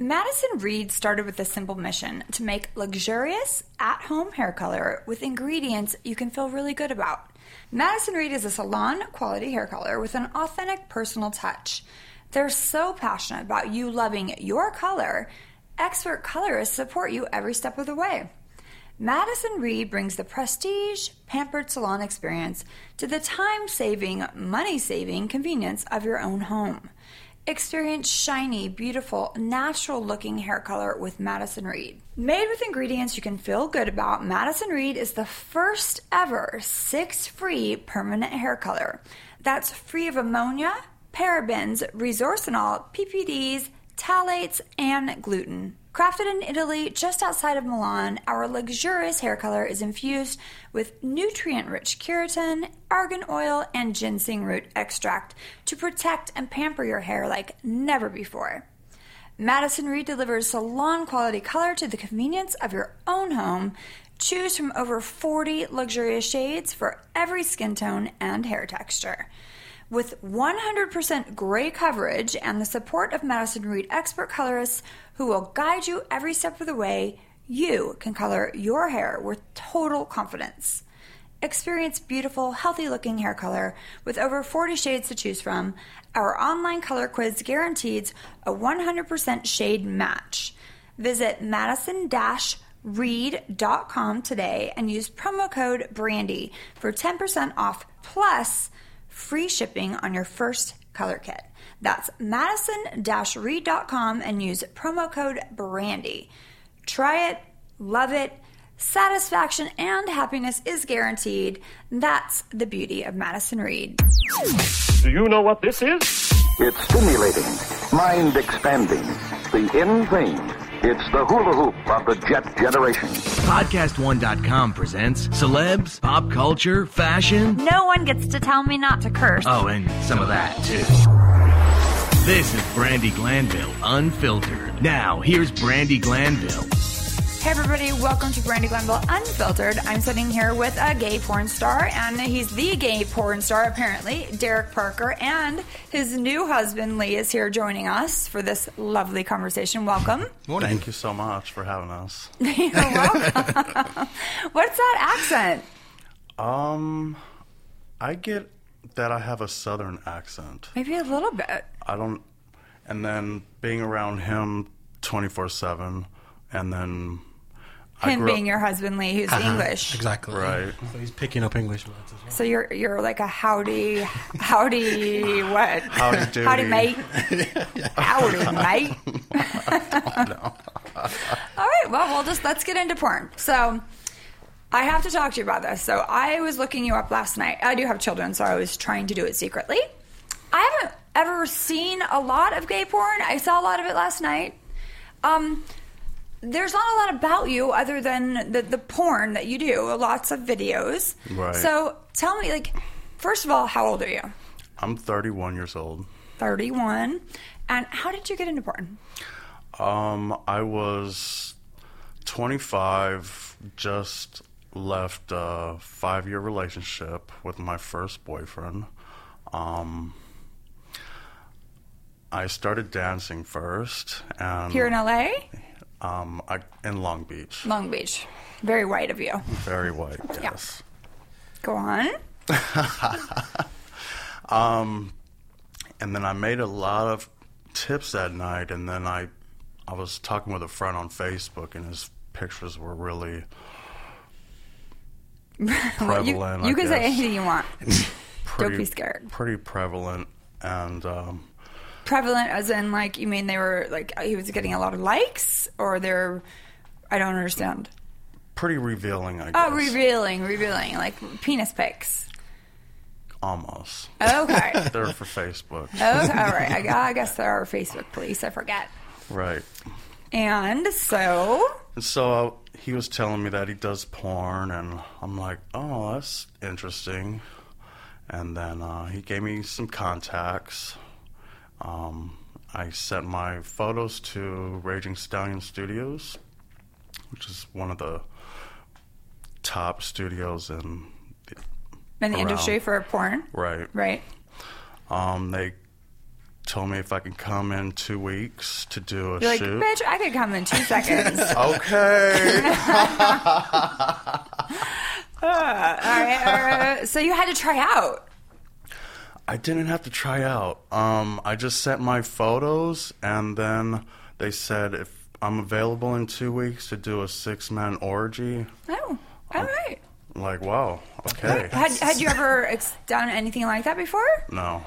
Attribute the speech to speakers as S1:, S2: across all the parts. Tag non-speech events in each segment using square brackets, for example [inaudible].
S1: Madison Reed started with a simple mission to make luxurious at home hair color with ingredients you can feel really good about. Madison Reed is a salon quality hair color with an authentic personal touch. They're so passionate about you loving your color, expert colorists support you every step of the way. Madison Reed brings the prestige, pampered salon experience to the time saving, money saving convenience of your own home. Experience shiny, beautiful, natural looking hair color with Madison Reed. Made with ingredients you can feel good about, Madison Reed is the first ever six free permanent hair color. That's free of ammonia, parabens, resorcinol, PPDs, phthalates, and gluten. Crafted in Italy, just outside of Milan, our luxurious hair color is infused with nutrient rich keratin, argan oil, and ginseng root extract to protect and pamper your hair like never before. Madison Reed delivers salon quality color to the convenience of your own home. Choose from over 40 luxurious shades for every skin tone and hair texture. With 100% gray coverage and the support of Madison Reed expert colorists who will guide you every step of the way, you can color your hair with total confidence. Experience beautiful, healthy looking hair color with over 40 shades to choose from. Our online color quiz guarantees a 100% shade match. Visit madison read.com today and use promo code BRANDY for 10% off plus free shipping on your first color kit. That's madison read.com and use promo code BRANDY. Try it, love it, satisfaction and happiness is guaranteed. That's the beauty of Madison Reed.
S2: Do you know what this is?
S3: It's stimulating, mind expanding, the in thing. It's the hula hoop of the jet generation.
S4: Podcast1.com presents celebs, pop culture, fashion.
S1: No one gets to tell me not to curse.
S4: Oh, and some of that, too. This is Brandy Glanville, unfiltered. Now, here's Brandy Glanville.
S1: Hey everybody, welcome to Brandy Glanville Unfiltered. I'm sitting here with a gay porn star, and he's the gay porn star apparently, Derek Parker, and his new husband Lee is here joining us for this lovely conversation.
S5: [laughs]
S1: Welcome. [laughs]
S5: Thank you so much for having us.
S1: You're welcome. [laughs] What's that accent?
S5: Um, I get that I have a southern accent.
S1: Maybe a little bit.
S5: I don't, and then being around him 24 7, and then I
S1: Him
S5: grew
S1: being
S5: up,
S1: your husband Lee,
S5: [laughs]
S1: who's English.
S6: Exactly.
S5: Right.
S6: So he's picking up English words as well.
S1: So you're you're like a howdy, howdy what?
S5: Howdy doody.
S1: Howdy,
S5: [laughs]
S1: mate. Howdy, mate. All right. Well, we'll just let's get into porn. So, I have to talk to you about this. So, I was looking you up last night. I do have children, so I was trying to do it secretly. I haven't ever seen a lot of gay porn. I saw a lot of it last night. Um, there's not a lot about you other than the, the porn that you do, lots of videos.
S5: Right.
S1: So, tell me, like, first of all, how old are you?
S5: I'm 31 years old.
S1: 31. And how did you get into porn?
S5: Um, I was 25, just left a five year relationship with my first boyfriend. Um, I started dancing first, and
S1: Here in LA?
S5: um, I, in Long Beach.
S1: Long Beach. Very white of you. [laughs]
S5: Very white, yes.
S1: Go on.
S5: And then I made a lot of tips that night, and then I, I was talking with a friend on Facebook, and his pictures were
S1: [laughs]
S5: really
S1: You,
S5: prevalent. I
S1: you can say
S5: guess.
S1: anything you want.
S5: Pretty-
S1: be scared.
S5: Pretty prevalent, and um,
S1: Prevalent as in, like, you mean they were, like, he was getting a lot of likes or they're, I don't understand.
S5: pretty revealing. I guess.
S1: Oh, revealing, revealing, like penis pics.
S5: Almost. [laughs]
S1: Okay. okay.
S5: They're
S1: [laughs]
S5: for Facebook,
S1: All right. I, gu- I guess there are Facebook police. I forget.
S5: right?
S1: And so,
S5: And so uh, he was telling me that he does porn, and I'm like, oh, that's interesting. And then uh, he gave me some contacts. Um, I sent my photos to Raging Stallion Studios, which is one of the top studios in
S1: in the
S5: Around.
S1: industry for porn,
S5: right.
S1: right?
S5: Um, they told me if I could come in two weeks to do a
S1: You're like,
S5: shoot.
S1: bitch, I could come in two
S5: [laughs]
S1: seconds.
S5: okay.
S1: Uh, all right, all right. So you had to try out.
S5: [laughs] I didn't have to try out. Um, I just sent my photos, and then they said if I'm available in two weeks to do a six man orgy.
S1: Oh, all right.
S5: I'm Like, wow, okay.
S1: Had, had you ever ex- done anything like that before?
S5: No.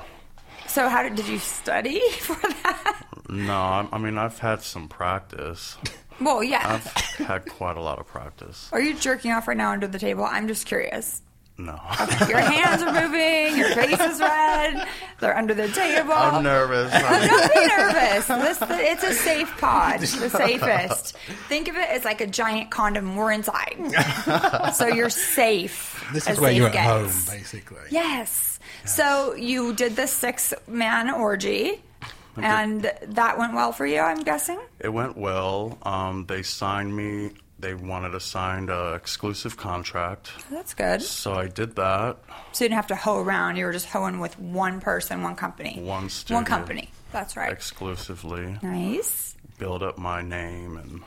S1: So how did, did you study [laughs] for that?
S5: No, I, I mean, I've had some practice.
S1: Well, yeah.
S5: I've
S6: Uh,
S5: had quite a lot of practice.
S1: Are you jerking off right now under the table? I'm just curious.
S5: No. [laughs]
S1: Your hands are moving. Your face is red. They're under the table.
S5: I'm nervous. I'm-
S1: Don't be nervous. This, it's a safe pod,
S6: [laughs]
S1: the safest. Think of it as like a giant condom. We're inside, so you're safe.
S6: This
S1: as
S6: is where
S1: safe
S6: you're at
S1: gets.
S6: home, basically.
S1: Yes. So you did the six man orgy, and that went well for you, I'm guessing.
S5: It went well. Um, they signed me. They wanted a signed uh, exclusive contract,
S1: That's good. So
S5: so I did that.
S1: you didn't have to hoe around. You were just hoeing with one person, one company,
S5: One
S1: one
S5: studio.
S1: company. That's right.
S5: Exclusively
S1: nice.
S5: build up my name and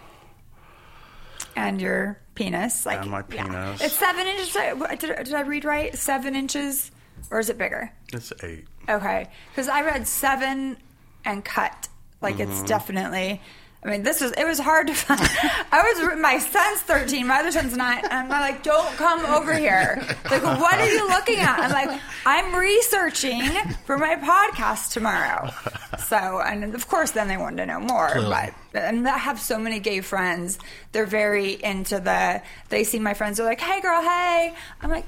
S1: And your penis, like
S5: And my
S1: yeah.
S5: penis.
S1: It's seven inches. Did, did I read right? Seven inches, or is it bigger?
S5: it's eight.
S1: Okay, because I read seven and cut. Like it's definitely. I mean, this was it was hard to find. [laughs] I was my son's thirteen, my other son's nine, and I'm like, "Don't come over here." Like, what are you looking at? I'm like, "I'm researching for my podcast tomorrow." So, and of course, then they wanted to know more.
S6: Clearly.
S1: But and I have so many gay friends. They're very into the. They see my friends. They're like, "Hey, girl, hey." I'm like,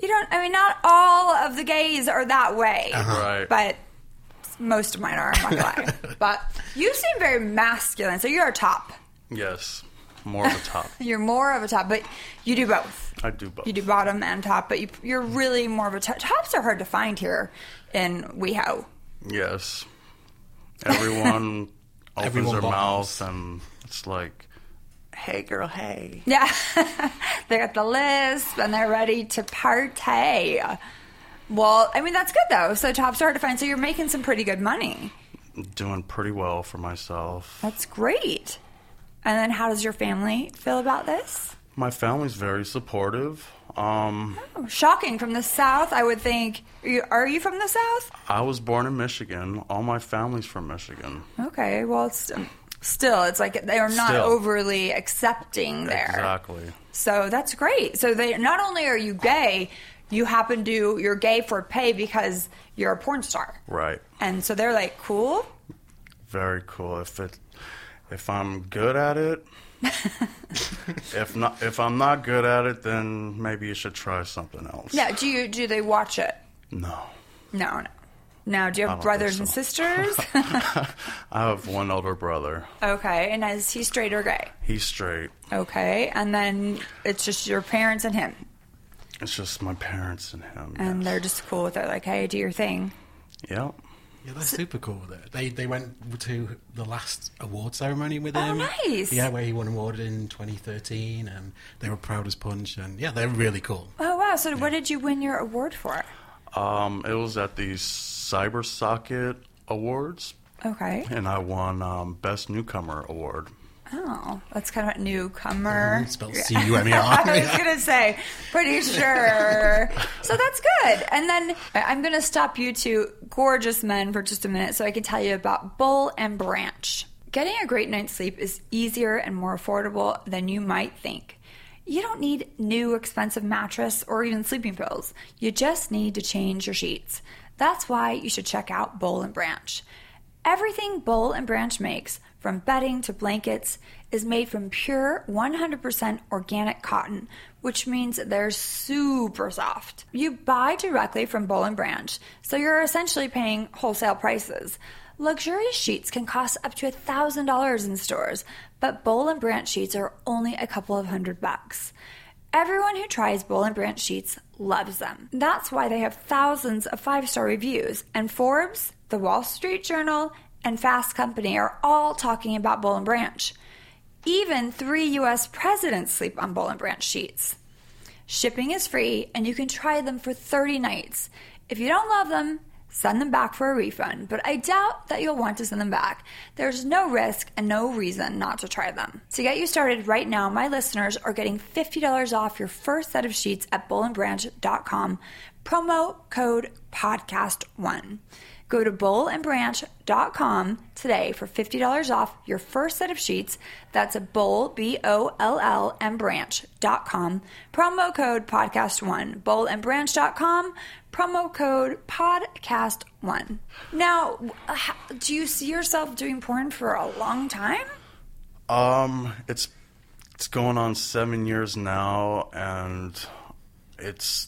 S1: you don't. I mean, not all of the gays are that way,
S5: Right.
S1: Uh-huh. but most of mine are. I'm not gonna
S5: [laughs]
S1: lie. but you seem very masculine, so you're a top.
S5: Yes, more of a top.
S1: You're more of a top, but you do both.
S5: I do both.
S1: You do bottom and top, but you, you're really more of a top. Tops are hard to find here in WeHo.
S5: Yes, everyone opens
S6: Everyone
S5: their
S6: bottoms.
S5: mouth and it's like, "Hey, girl, hey."
S1: Yeah, [laughs] they got the lisp and they're ready to partay. Well, I mean that's good though. So tops are hard to find. So you're making some pretty good money.
S5: Doing pretty well for myself.
S1: That's great. And then how does your family feel about this?
S5: My family's very supportive. Um,
S1: Shocking from the South, I would think. Are you, are you from the South?
S5: I was born in Michigan. All my family's from Michigan.
S1: Okay, well, it's, um, still, it's like they are not
S5: Still.
S1: overly accepting there.
S5: Exactly.
S1: So that's great. So they not only are you gay, you happen to you're gay for pay because you're a porn star,
S5: Right.
S1: and so they're like, cool.
S5: Very cool. If it, if I'm good
S1: [laughs]
S5: at it, if not, if I'm not good at it, then maybe you should try something else.
S1: Yeah. Do you do they watch it?
S5: No. [laughs]
S1: No, no. Now, do you have
S5: don't
S1: brothers
S5: think
S1: and sisters?
S5: [laughs] I have one older brother.
S1: okay, and is he straight or gay?
S5: He's straight.
S1: Okay, and then it's just your parents and him,
S5: It's just my parents and him.
S1: and
S5: yes.
S1: they're just cool with it. Like, hey, do your thing.
S5: Yep.
S6: Yeah, they're super cool with it. They they went to the last award ceremony with
S1: Oh,
S6: him.
S1: nice.
S6: Yeah, where he won an award in 2013, and they were proud as punch. And yeah, they're really cool.
S1: Oh wow! So, what did you win your award for?
S5: Um, it was at the CyberSocket Awards,
S1: Okay.
S5: and I won um, Best Newcomer Award.
S1: Oh, that's kind of a newcomer.
S6: It's spelled
S1: Yeah.
S6: C U M
S1: [laughs]
S6: E
S1: I was
S6: R.
S1: gonna say, pretty sure. so that's good. And then I- I'm gonna stop you two gorgeous men for just a minute, so I can tell you about Bull and Branch. Getting a great night's sleep is easier and more affordable than you might think. You don't need new expensive mattress or even sleeping pills. You just need to change your sheets. That's why you should check out Bowl and Branch. Everything Bowl and Branch makes, from bedding to blankets, is made from pure 100% organic cotton, which means they're super soft. You buy directly from Bowl and Branch, so you're essentially paying wholesale prices. Luxurious sheets can cost up to $1,000 in stores, but Bowl and Branch sheets are only a couple of hundred bucks. Everyone who tries Bowl and Branch sheets loves them. That's why they have thousands of five star reviews, and Forbes, The Wall Street Journal, and Fast Company are all talking about Bowl and Branch. Even three US presidents sleep on Bowl and Branch sheets. Shipping is free, and you can try them for 30 nights. If you don't love them, Send them back for a refund, but I doubt that you'll want to send them back. There's no risk and no reason not to try them. To get you started right now, my listeners are getting $50 off your first set of sheets at bullandbranch.com, promo code podcast1. Go to bullandbranch.com today for $50 off your first set of sheets. That's a bull, B O L L, and branch.com. Promo code podcast1. Bullandbranch.com, promo code podcast1. Now, uh, h- do you see yourself doing porn for a long time?
S5: Um, it's it's going on seven years now, and it's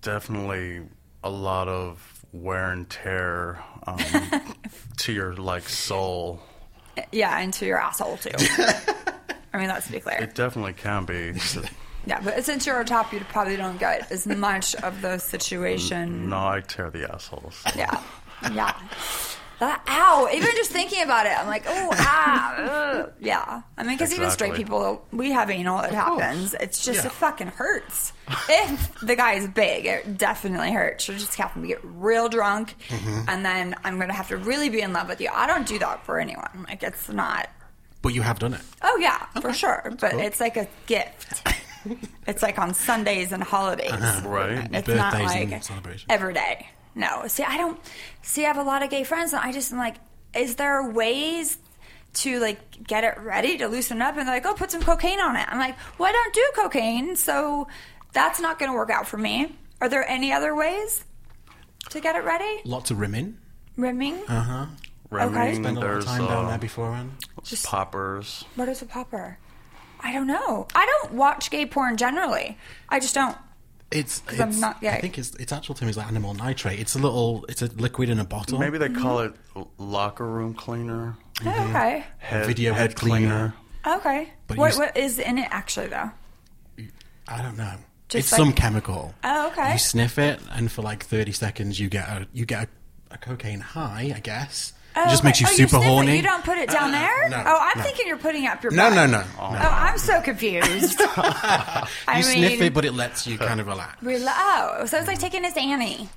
S5: definitely a lot of wear and tear um, to your like soul.
S1: Yeah, and to your asshole, too. [laughs] I mean, let's be clear.
S5: It definitely can be.
S1: Yeah, but since you're on top, you probably don't get as much of those situations.
S5: no, I tear the assholes.
S1: Yeah. Yeah. That, ow! Even just thinking about it, I'm like, oh, ah, ugh. yeah. I mean, because even straight
S5: Exactly.
S1: people, we have anal. It happens. It's just it fucking hurts. If the guy's big, it definitely hurts. You're just having to get real drunk, and then I'm gonna have to really be in love with you. I don't do that for anyone. Like, it's not.
S6: But you have done it.
S1: Oh yeah, for sure. But
S6: cool.
S1: it's like a
S6: [laughs]
S1: gift. it's like on Sundays and holidays.
S5: Right.
S1: It's not
S6: Uh-huh. Birthdays
S1: like
S6: and celebrations.
S1: every day. No. See, I don't. See, I have a lot of gay friends, and I just am like, is there ways to like get it ready to loosen up? And they're like, oh, put some cocaine on it. I'm like, well, I don't do cocaine, so that's not going to work out for me. Are there any other ways to get it ready?
S6: Lots of rimming.
S1: Rimming?
S6: Uh. Uh-huh.
S5: Remming,
S6: Spend a lot of
S5: there's
S6: time down
S5: uh,
S6: there beforehand.
S5: poppers.
S1: What is a popper? I don't know. I don't watch gay porn generally. I just don't.
S6: It's, it's
S1: I'm not gay.
S6: I think it's its actual term is like animal nitrate. It's a little it's a liquid in a bottle.
S5: Maybe they call it l- locker room cleaner,
S1: Oh, okay.
S5: head,
S6: Video
S5: head
S6: head cleaner.
S1: Okay.
S6: But
S1: what,
S6: you-
S1: what is in it actually, though?
S6: I don't know.
S1: Just
S6: it's
S1: like-
S6: some chemical.
S1: Oh, okay.
S6: You sniff it, and for like thirty seconds, you get a you get a, a cocaine high. I guess
S1: Oh,
S6: it just
S1: okay.
S6: makes you
S1: Oh,
S6: super
S1: sniff it.
S6: horny.
S1: You don't put it down
S6: Uh, uh,
S1: there?
S6: no,
S1: oh, I'm
S6: no.
S1: thinking you're putting it up your
S6: No,
S1: butt.
S6: no, no.
S1: Oh,
S6: no.
S1: I'm so
S6: [laughs]
S1: confused. I
S6: you
S1: mean,
S6: sniff it, but it lets you kind of relax.
S1: rela- oh, so it's like taking this Annie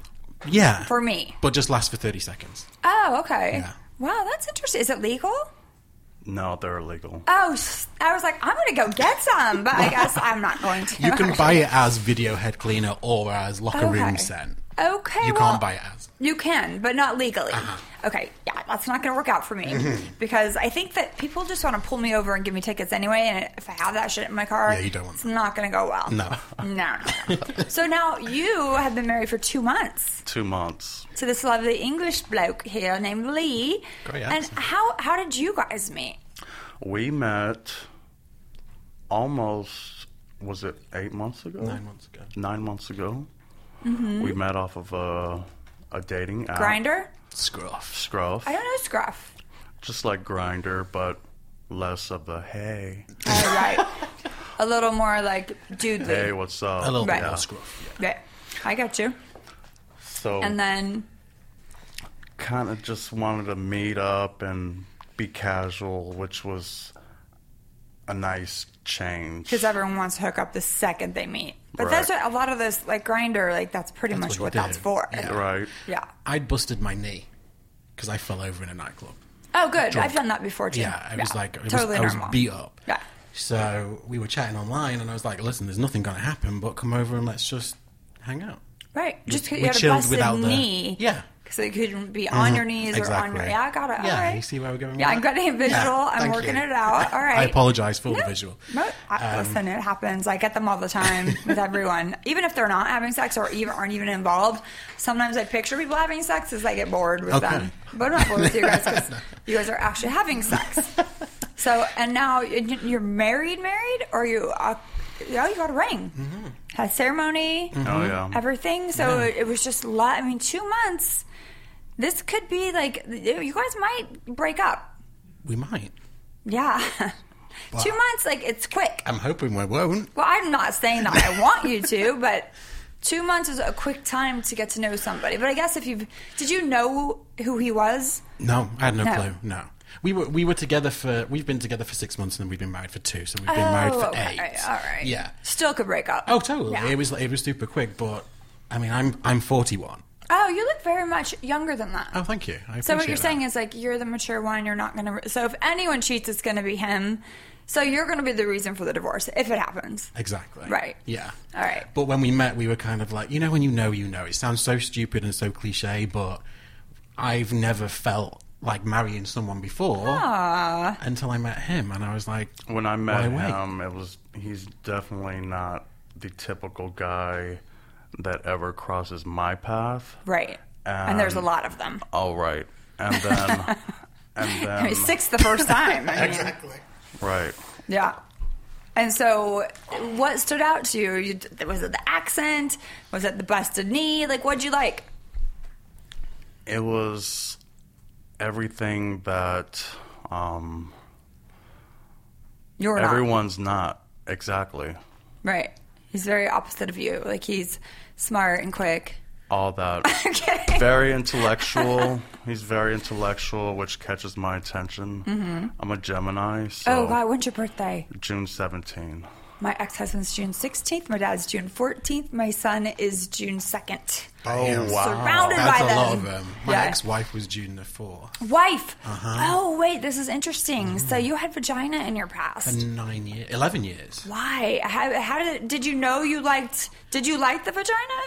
S6: Yeah,
S1: for me.
S6: but just lasts for thirty
S1: [laughs]
S6: seconds.
S1: Oh, okay.
S6: Yeah.
S1: Wow, that's interesting. Is it legal?
S5: No, they're illegal.
S1: Oh, s- I was like, I'm going to go get some,
S6: [laughs]
S1: but I guess I'm not going to.
S6: You
S1: [laughs]
S6: can buy it as video head cleaner or as locker
S1: Okay.
S6: room scent.
S1: Okay.
S6: You
S1: well,
S6: can't buy it as. Uh-huh.
S1: You can, but not legally. Okay, yeah, that's not going to work out
S6: [laughs]
S1: for me because I think that people just want to pull me over and give me tickets anyway. And if I have that shit in my car,
S6: Yeah, you don't want
S1: it's
S6: that.
S1: not going to go well.
S6: No.
S1: no. no. so now you have been married for two months
S5: Two months.
S1: to this lovely English bloke here named Lee.
S6: Great
S1: and
S6: accent.
S1: how how did you guys meet?
S5: We met almost. Was it eight months ago?
S6: Nine months ago.
S5: Nine months ago.
S1: Mm-hmm.
S5: We met off of a, a dating
S6: Oh.
S5: app.
S1: Grinder?
S6: Scruff.
S5: Scruff.
S1: I don't know Scruff.
S5: Just like Grinder, but less of the hey.
S1: All
S6: [laughs]
S1: right, a little more like dude.
S5: Hey, what's up?
S6: A little
S1: Right.
S6: bit more scruff. Yeah.
S1: Right. I got you.
S5: So
S1: And then
S5: kind of just wanted to meet up and be casual, which was a nice change.
S1: because everyone wants to hook up the second they meet. But
S5: Right.
S1: that's what a lot of those like grinder, like that's pretty much what,
S6: what you
S1: that's
S6: do.
S1: for.
S6: Yeah.
S5: Right.
S1: Yeah.
S6: I busted my knee because I fell over in a nightclub.
S1: Oh, good. I've done that before too.
S6: Yeah, I was like, it was,
S1: totally
S6: I was
S1: normal.
S6: beat up.
S1: Yeah.
S6: So we were chatting online, and I was like, "Listen, there's nothing going to happen, but come over and let's just hang out."
S1: Right. Just 'cause
S6: we
S1: you had a
S6: chilled
S1: busted
S6: without the-
S1: knee.
S6: Yeah. Mm-hmm.
S1: Because you couldn't be on your knees or on your.
S6: Exactly.
S1: Yeah, I got it.
S6: Yeah,
S1: All right.
S6: you see where we're going with
S1: Yeah, I'm
S6: that?
S1: getting a visual.
S6: Yeah,
S1: I'm
S6: thank
S1: working
S6: you.
S1: it out. All right.
S6: [laughs] I apologise for the
S1: No,
S6: visual.
S1: No, I,
S6: Um,
S1: listen, it happens. I get them all the time with
S6: [laughs]
S1: everyone, even if they're not having sex or even aren't even involved. Sometimes I picture people having sex as I get bored with
S6: Okay.
S1: them, but I'm not bored with you guys
S6: [laughs]
S1: because you guys are actually having sex. So, and now y- you're married, married, or you? Uh, yeah, you got a ring,
S6: Mm-hmm.
S1: had ceremony,
S5: Oh yeah.
S1: everything. So it was just a lot. I mean, two months. This could be like you guys might break up.
S6: We might.
S1: Yeah. [laughs] Two months, like it's quick.
S6: I'm hoping we won't.
S1: Well, I'm not saying that I want you
S6: [laughs]
S1: to, but two months is a quick time to get to know somebody. But I guess if you've, did you know who he was?
S6: No, I had no,
S1: No.
S6: clue. No, we were we were together for we've been together for six months, and then we've been married for two, so we've been married for
S1: Oh, okay.
S6: eight.
S1: All right.
S6: Yeah.
S1: Still could break up.
S6: Oh, totally.
S1: Yeah.
S6: It was it was super quick, but I mean, I'm I'm 41.
S1: Oh, you look very much younger than that.
S6: Oh, thank you. I
S1: so what
S6: appreciate
S1: you're
S6: that.
S1: saying is like you're the mature one. You're not gonna. So if anyone cheats, it's gonna be him. So you're gonna be the reason for the divorce if it happens.
S6: Exactly.
S1: Right.
S6: Yeah.
S1: All right.
S6: But when we met, we were kind of like, you know, when you know, you know. It sounds so stupid and so cliche, but I've never felt like marrying someone before
S1: Ah.
S6: until I met him, and I was like,
S5: When I met
S6: why wait?
S5: him, it was he's definitely not the typical guy that ever crosses my path.
S1: Right. and there's a
S6: Um,
S1: lot of them.
S5: All right, and
S1: [laughs]
S5: then and
S1: I mean,
S5: then
S1: six the first time. I mean,
S5: right.
S1: Yeah. And so, what stood out to you? you? Was it the accent? Was it the busted knee? Like, what'd you like?
S5: It was everything that um,
S1: You're not
S5: everyone's not exactly
S1: right. He's very opposite of you. Like, he's smart and quick. [laughs]
S5: all that.
S1: Okay.
S5: very intellectual. He's very intellectual, which catches my attention. Mm-hmm. I'm a Gemini, so
S1: Oh God, when's your birthday?
S5: June 17.
S1: My ex-husband's June 16th. My dad's June 14th. My son is June 2nd.
S6: oh
S1: Surrounded
S6: That's
S1: by
S6: a
S1: them.
S6: lot of them. My Uh-huh.
S1: Yeah.
S6: ex-wife was June the fourth
S1: Wife. Oh wait, this is interesting.
S6: Mm-hmm.
S1: So you had vagina in your past.
S6: for nine years, eleven years.
S1: Why? How, how did did you know you liked? Did you like the vagina?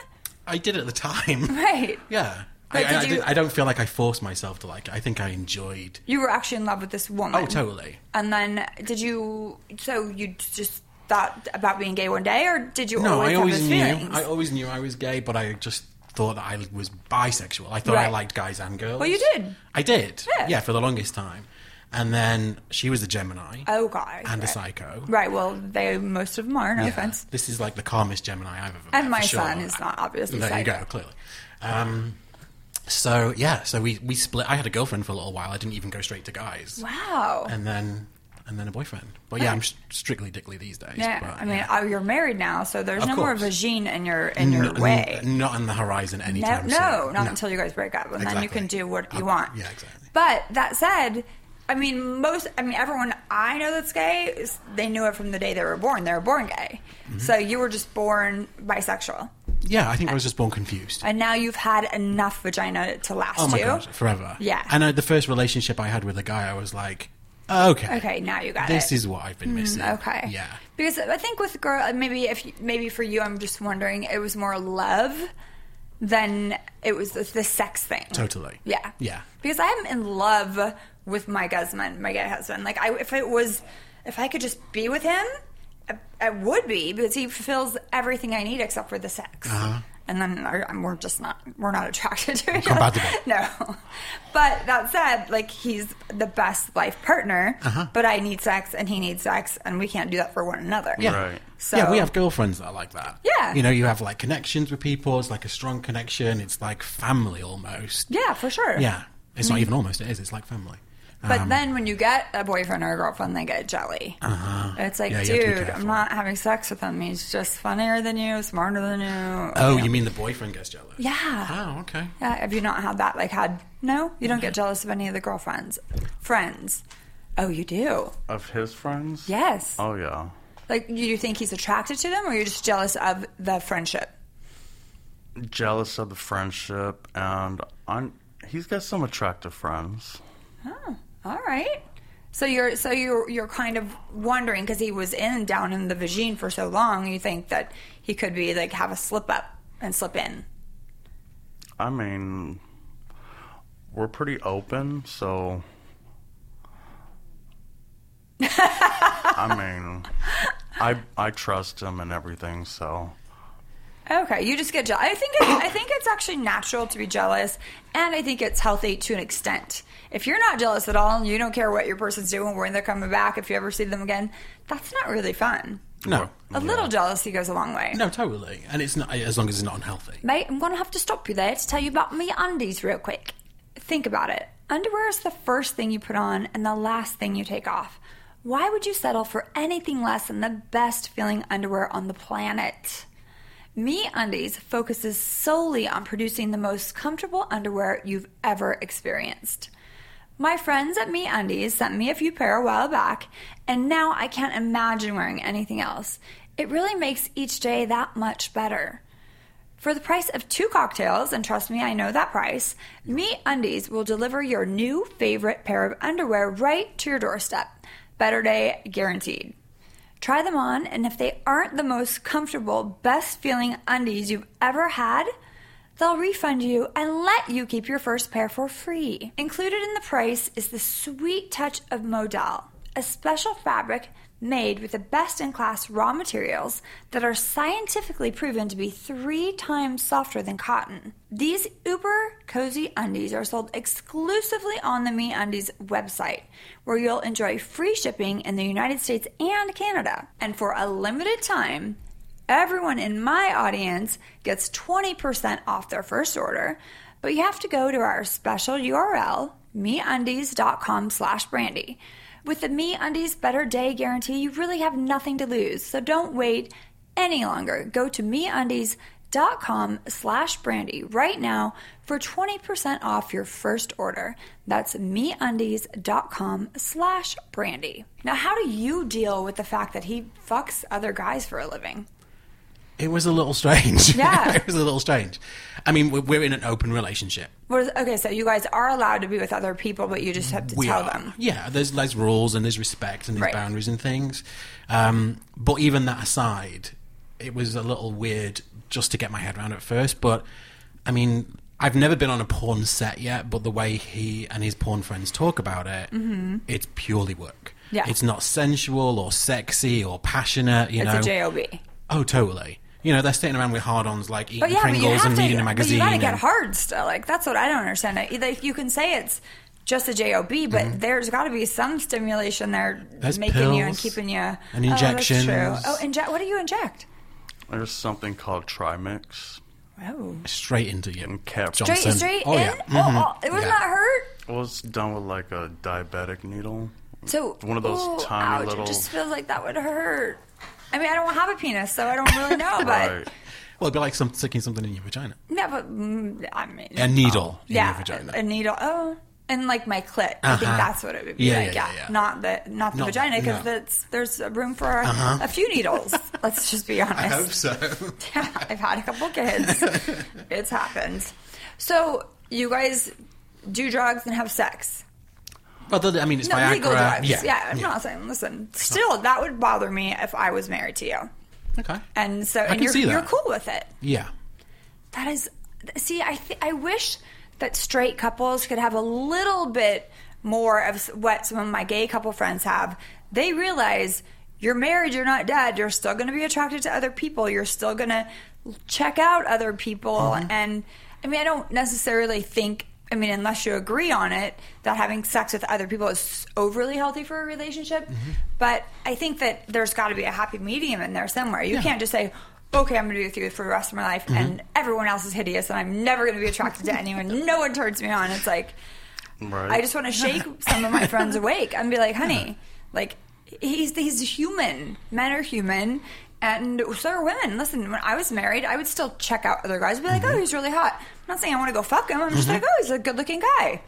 S6: I did at
S1: [laughs]
S6: the time.
S1: Right.
S6: Yeah. I,
S1: But
S6: I,
S1: did
S6: I,
S1: you-
S6: did- I don't feel like I forced myself to like it. I think I enjoyed.
S1: You were actually in love with this woman.
S6: Oh, totally.
S1: And then did you? So you just thought about being gay one day, or did you?
S6: No,
S1: always
S6: I
S1: have
S6: always
S1: those
S6: knew.
S1: Feelings?
S6: I always knew I was gay, but I just thought that I was bisexual. I thought I
S1: Right.
S6: liked guys and girls.
S1: Well, you did.
S6: I did.
S1: Yeah.
S6: Yeah. for the longest time. And then she was a Gemini
S1: oh God.
S6: and a
S1: right.
S6: psycho.
S1: Right. Well, they most of them are. No
S6: Yeah.
S1: offense.
S6: This is like the calmest Gemini I've ever met.
S1: And
S6: for
S1: my
S6: sure.
S1: son is not obviously.
S6: There you
S1: psycho.
S6: go, clearly. Um, so yeah, so we, we split. I had a girlfriend for a little while. I didn't even go straight to guys.
S1: Wow.
S6: And then and then a boyfriend. But yeah, I'm s- strictly dickly these days.
S1: yeah.
S6: but,
S1: I mean,
S6: yeah.
S1: oh, you're married now, so there's
S6: Of
S1: no
S6: course.
S1: more vagine in your in your
S6: N-
S1: way.
S6: n- not on the horizon
S1: No,
S6: anytime
S1: no,
S6: soon.
S1: not until you guys break up, and then you
S6: Exactly.
S1: can do what you
S6: Okay.
S1: want.
S6: Yeah, exactly.
S1: But that said, I mean, most, I mean, everyone I know that's gay, is- they knew it from the day they were born. They were born gay,
S6: Mm-hmm.
S1: so you were just born bisexual,
S6: Yeah, I think I was just born confused.
S1: and now you've had enough vagina to last
S6: oh my
S1: you.
S6: god, forever.
S1: Yeah.
S6: And uh, the first relationship I had with a guy, I was like, okay,
S1: Okay, now you got
S6: this
S1: it. Hmm,
S6: is what I've been missing.
S1: Okay.
S6: Yeah.
S1: Because I think with girl, uh, maybe if you- maybe for you, I'm just wondering, it was more love than it was the, the sex thing.
S6: Totally.
S1: Yeah.
S6: Yeah.
S1: Because I'm in love with my husband, my gay husband. Like, I, if it was, if I could just be with him, I, I would be because he fulfills everything I need except for the sex.
S6: Uh-huh.
S1: And then I, I'm- we're just not, we're not attracted to each other.
S6: Compatible.
S1: [laughs] No. But that said, like, he's the best life partner,
S6: Uh-huh.
S1: but I need sex and he needs sex and we can't do that for one another.
S6: Yeah.
S5: Right.
S1: So-
S6: yeah, we have girlfriends that are like that.
S1: Yeah.
S6: You know, you have like connections with people. It's like a strong connection. It's like family almost.
S1: Yeah, for sure.
S6: Yeah. It's not even almost. It is. It's like family.
S1: But
S6: Um, Uh-huh.
S1: then when you get a boyfriend or a girlfriend, they get jelly. It's like,
S6: Yeah, you have to be
S1: dude, I'm
S6: careful.
S1: not having sex with him. He's just funnier than you, smarter than you.
S6: Oh, you mean the boyfriend gets jealous?
S1: Yeah.
S6: Oh, okay.
S1: Yeah. Have you not had that? Like, had no? You don't get
S6: Mm-hmm.
S1: jealous of any of the girlfriends, friends. Oh, you do.
S5: Of his friends?
S1: Yes.
S5: Oh yeah.
S1: Like, you think he's attracted to them, or you're just jealous of the friendship?
S5: Jealous of the friendship and i he's got some attractive friends.
S1: All right. So you're so you're you're kind of wondering because he was in down in the vagine for so long. You think that he could be like have a slip up and slip in.
S5: I mean, we're pretty open, so. I mean, I I trust him and everything, so
S1: Okay, you just get jealous. I think it, I think it's actually natural to be jealous, and I think it's healthy to an extent. If you're not jealous at all and you don't care what your person's doing, when they're coming back, if you ever see them again, that's not really fun.
S6: No.
S1: A little jealousy goes a long way.
S6: No, totally. And it's not, as long as it's not unhealthy.
S1: Mate, I'm gonna have to stop you there to tell you about me undies real quick. Think about it. Underwear is the first thing you put on and the last thing you take off. Why would you settle for anything less than the best feeling underwear on the planet? Me Undies focuses solely on producing the most comfortable underwear you've ever experienced. My friends at Me Undies sent me a few pair a while back, and now I can't imagine wearing anything else. It really makes each day that much better. For the price of two cocktails, and trust me, I know that price, Me Undies will deliver your new favorite pair of underwear right to your doorstep. Better day guaranteed. Try them on, and if they aren't the most comfortable, best feeling undies you've ever had, They'll refund you and let you keep your first pair for free. Included in the price is the sweet touch of modal, a special fabric made with the best in class raw materials that are scientifically proven to be three times softer than cotton. These uber cozy undies are sold exclusively on the Me Undies website, where you'll enjoy free shipping in the United States and Canada. And for a limited time, Everyone in my audience gets 20% off their first order, but you have to go to our special URL, meundies.com slash brandy. With the Me Undies Better Day guarantee, you really have nothing to lose, so don't wait any longer. Go to meundies.com slash brandy right now for 20% off your first order. That's meundies.com slash brandy. Now, how do you deal with the fact that he fucks other guys for a living?
S6: It was a little strange. [laughs]
S1: Yeah.
S6: it was a little strange. I mean, we're, we're in an open relationship.
S1: What is, okay, so you guys are allowed to be with other people, but you just have to
S6: We
S1: tell
S6: are.
S1: them.
S6: Yeah, there's there's rules and there's respect and there's
S1: Right.
S6: boundaries and things. Um, but even that aside, it was a little weird just to get my head around at first. But I mean, I've never been on a porn set yet, but the way he and his porn friends talk about it, it's purely work.
S1: Mm-hmm. Yeah.
S6: It's not sensual or sexy or passionate, you
S1: It's a
S6: know.
S1: job.
S6: Oh, totally. You know, they're sitting around with hard ons like eating
S1: But yeah, but you
S6: Pringles
S1: have
S6: and
S1: to.
S6: reading a
S1: But
S6: magazine.
S1: you gotta
S6: and-
S1: get hard still. Like that's what I don't understand. Like, Like you can say it's just a job, but
S6: Mm-hmm.
S1: there's got to be some stimulation there,
S6: There's
S1: making you and
S6: pills
S1: keeping you
S6: and
S1: Oh,
S6: injections.
S1: that's true. Oh, inject. What do you inject?
S5: There's something called Trimix.
S1: Oh,
S6: straight into you.
S5: Cap
S1: straight,
S6: Johnson.
S1: straight
S6: Oh,
S1: in.
S6: yeah.
S1: Oh, oh, it was
S6: Yeah.
S1: not hurt.
S5: was done with like a diabetic needle.
S1: So
S5: One of those
S1: ooh,
S5: tiny
S1: ouch,
S5: little-
S1: It just feels like that would hurt. I mean, I don't have a penis, so I don't really
S5: [laughs]
S1: know. but
S5: Right.
S6: Well, it'd be like some, sticking something in your vagina.
S1: yeah, but mm, I mean, oh,
S6: A needle in
S1: yeah,
S6: your vagina.
S1: a needle. Oh, and like my clit. I think
S6: Uh-huh.
S1: that's what it would be
S6: Yeah,
S1: like. Yeah,
S6: yeah, yeah, yeah.
S1: not the not the
S6: Not
S1: vagina
S6: that,
S1: because
S6: no. Uh-huh.
S1: there's a room for a, a few needles. [laughs] Let's just be honest.
S6: I hope
S1: [laughs]
S6: so.
S1: I've had a couple
S6: [laughs]
S1: kids. it's happened. So you guys do drugs and have sex.
S6: Well, the- I mean, it's
S1: No
S6: Viagra.
S1: legal drugs.
S6: Yeah,
S1: Yeah, I'm not saying. Listen, still that would bother me if I was married to you.
S6: Okay.
S1: And so,
S6: I
S1: and
S6: can
S1: you're
S6: see that.
S1: you're cool with it.
S6: yeah.
S1: That is, see, I th- I wish that straight couples could have a little bit more of s- what some of my gay couple friends have. They realize you're married, you're not dead, you're still going to be attracted to other people, you're still going to check out other people, and I mean, I don't necessarily think. I mean, unless you agree on it, that having sex with other people is overly healthy for a relationship. But I think that there's got to be a happy medium in there somewhere. You can't just say, okay, I'm going to be with you for the rest of my life, and everyone else is hideous, and I'm never going to be attracted to anyone. No one turns me on. It's like,
S5: Right.
S1: I just want to shake some of my friends awake and be like, honey, like, he's, he's human. Men are human. And so are women. Listen, when I was married, I would still check out other guys. Be like,
S6: Mm-hmm.
S1: oh, he's really hot. I'm not saying I want to go fuck him. I'm just like, oh, he's a good-looking guy.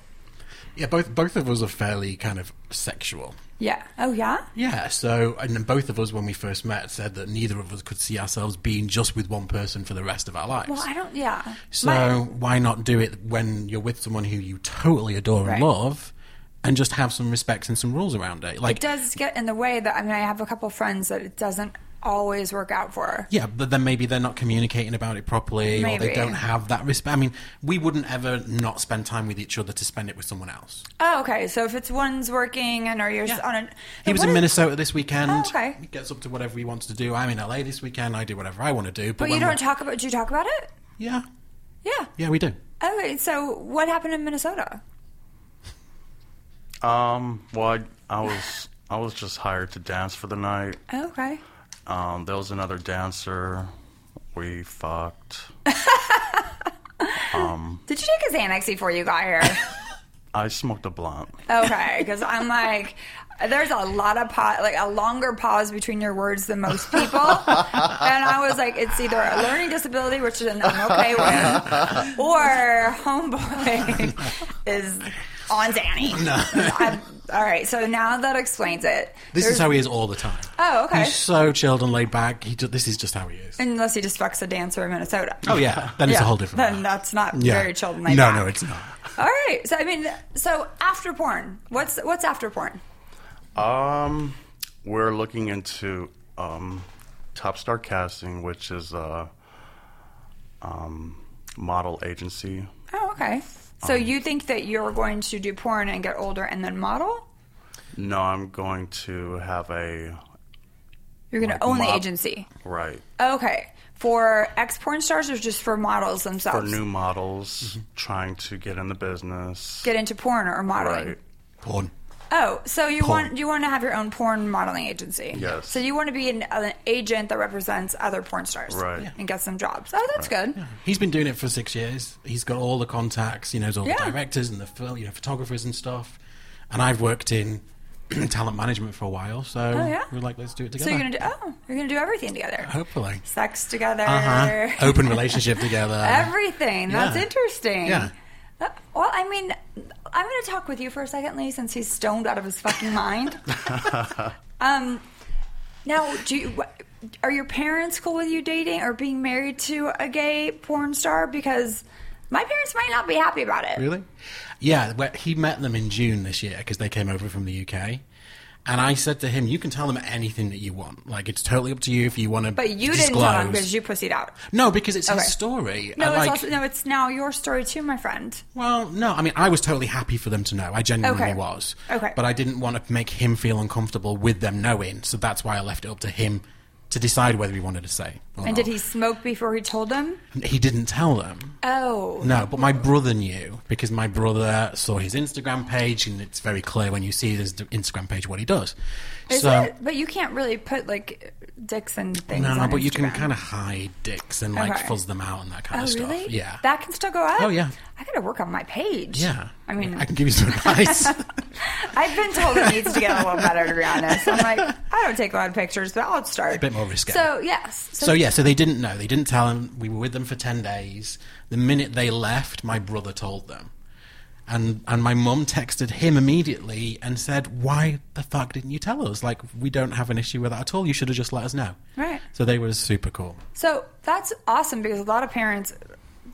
S6: Yeah, both both of us are fairly kind of sexual.
S1: Yeah. Oh, yeah.
S6: Yeah, so and then both of us when we first met said that neither of us could see ourselves being just with one person for the rest of our lives.
S1: Well, I don't. Yeah.
S6: so
S1: My-
S6: why not do it when you're with someone who you totally adore
S1: Right.
S6: and love and just have some respects and some rules around it? Like
S1: it does get in the way that I mean, I have a couple friends that it doesn't always work out for.
S6: Yeah, but then maybe they're not communicating about it properly or
S1: Maybe.
S6: they don't have that respect. I mean, we wouldn't ever not spend time with each other to spend it with someone else.
S1: Oh, okay. So if it's one's working and or you're
S6: Yeah.
S1: on a,
S6: He was
S1: What
S6: in
S1: is-
S6: Minnesota this weekend.
S1: Oh, okay.
S6: He gets up to whatever he wants to do. I'm in LA this weekend. I do whatever I want to do. But,
S1: But you
S6: when
S1: don't
S6: we-
S1: talk about. Do you talk about it?
S6: Yeah.
S1: Yeah.
S6: Yeah, we do.
S1: Okay. Oh, So what happened in Minnesota?
S5: Um. Well, I, I was I was just hired to dance for the night.
S1: Okay.
S5: Um. There was another dancer. We fucked.
S1: Did you take his Xanax before you got
S6: [laughs]
S1: here?
S5: I smoked a blunt.
S1: okay, because I'm like, there's a lot of pause, like a longer pause between your words than most
S6: [laughs]
S1: people, and I was like, it's either a learning disability,
S6: [laughs]
S1: which [laughs] is I'm okay with, or homeboy is on Danny.
S6: [laughs]
S1: No. I'm- all right, so now that explains it.
S6: This
S1: There's-
S6: is how he is all the time.
S1: Oh, okay.
S6: He's so chilled and laid back. He ju- this is just how he is.
S1: Unless he just fucks a dancer in Minnesota.
S6: Oh yeah, then it's a
S1: Yeah,
S6: whole different.
S1: Then
S6: matter.
S1: that's not
S6: Yeah.
S1: very chilled. in my
S6: no,
S1: back.
S6: no, it's not.
S1: All right. So I mean, so after porn, what's what's after porn?
S5: Um, we're looking into um, Top Star Casting, which is a um, model agency.
S1: Oh, okay. So
S5: Um,
S1: you think that you're going to do porn and get older and then model?
S5: No, I'm going to have a
S1: You're going
S5: Like
S1: to own the
S5: mob-
S1: agency.
S5: right
S1: Okay. For ex porn stars or just for models
S5: for
S1: themselves?
S5: new models trying to get in the business.
S1: get into porn or modeling.
S5: right.
S6: Porn.
S1: Oh, so you
S6: Porn.
S1: want you want to have your own porn modeling agency?
S5: Yes.
S1: So you want to be an, an agent that represents other porn stars,
S5: Right. Yeah.
S1: And gets them jobs. Oh, that's good.
S6: He's been doing it for six years. He's got all the contacts. He knows all
S1: Yeah.
S6: the directors and the fil- you know photographers and stuff. And I've worked in [clears throat] talent management for a while, so
S1: Oh, yeah?
S6: we're like, let's do it
S1: So
S6: together.
S1: you're gonna do oh, you're gonna do everything together.
S6: Hopefully,
S1: Sex together.
S6: uh huh. Open relationship together.
S1: Everything. That's
S6: Yeah.
S1: interesting.
S6: Yeah.
S1: Uh, Well, I mean, I'm going to talk with you for a second, Lee, since he's stoned out of his fucking
S6: [laughs]
S1: mind. um, now, do you, what- are your parents cool with you dating or being married to a gay porn star? Because my parents might not be happy about it.
S6: Really? Yeah, well, he met them in June this year because they came over from the UK. And I said to him, "You can tell them anything that you want. Like it's totally up to you if you want to."
S1: But you
S6: disclose.
S1: didn't tell him because you pussied out.
S6: No, because it's
S1: Okay.
S6: his story.
S1: No,
S6: I
S1: it's
S6: like-
S1: also no. It's now your story too, my friend.
S6: Well, no, I mean, I was totally happy for them to know. I genuinely
S1: Okay.
S6: was.
S1: Okay.
S6: But I didn't want to make him feel uncomfortable with them knowing, so that's why I left it up to him to decide whether he wanted to say.
S1: And
S6: or not.
S1: did he smoke before he told them?
S6: He didn't tell them.
S1: Oh,
S6: No, but my brother knew because my brother saw his Instagram page, and it's very clear when you see his Instagram page what he does.
S1: Is
S6: so
S1: it? But you can't really put like dicks and things.
S6: no,
S1: on
S6: but you can
S1: Instagram.
S6: kind of hide dicks and like
S1: Okay.
S6: fuzz them out and that kind
S1: Oh,
S6: of stuff.
S1: really?
S6: Yeah,
S1: That can still go up?
S6: Oh, yeah.
S1: I got to work on my page.
S6: yeah.
S1: I mean,
S6: I can give you some advice.
S1: [laughs] I've been told it needs to get a little better, to be honest. I'm like, I don't take a lot of pictures, but I'll start. A
S6: bit more risque.
S1: So, yes. So,
S6: So yeah, so they didn't know. They didn't tell him. We were with them for ten days. The minute they left, my brother told them, and and my mum texted him immediately and said, "Why the fuck didn't you tell us? Like, we don't have an issue with that at all. You should have just let us know."
S1: Right.
S6: So they were super cool.
S1: so that's awesome because a lot of parents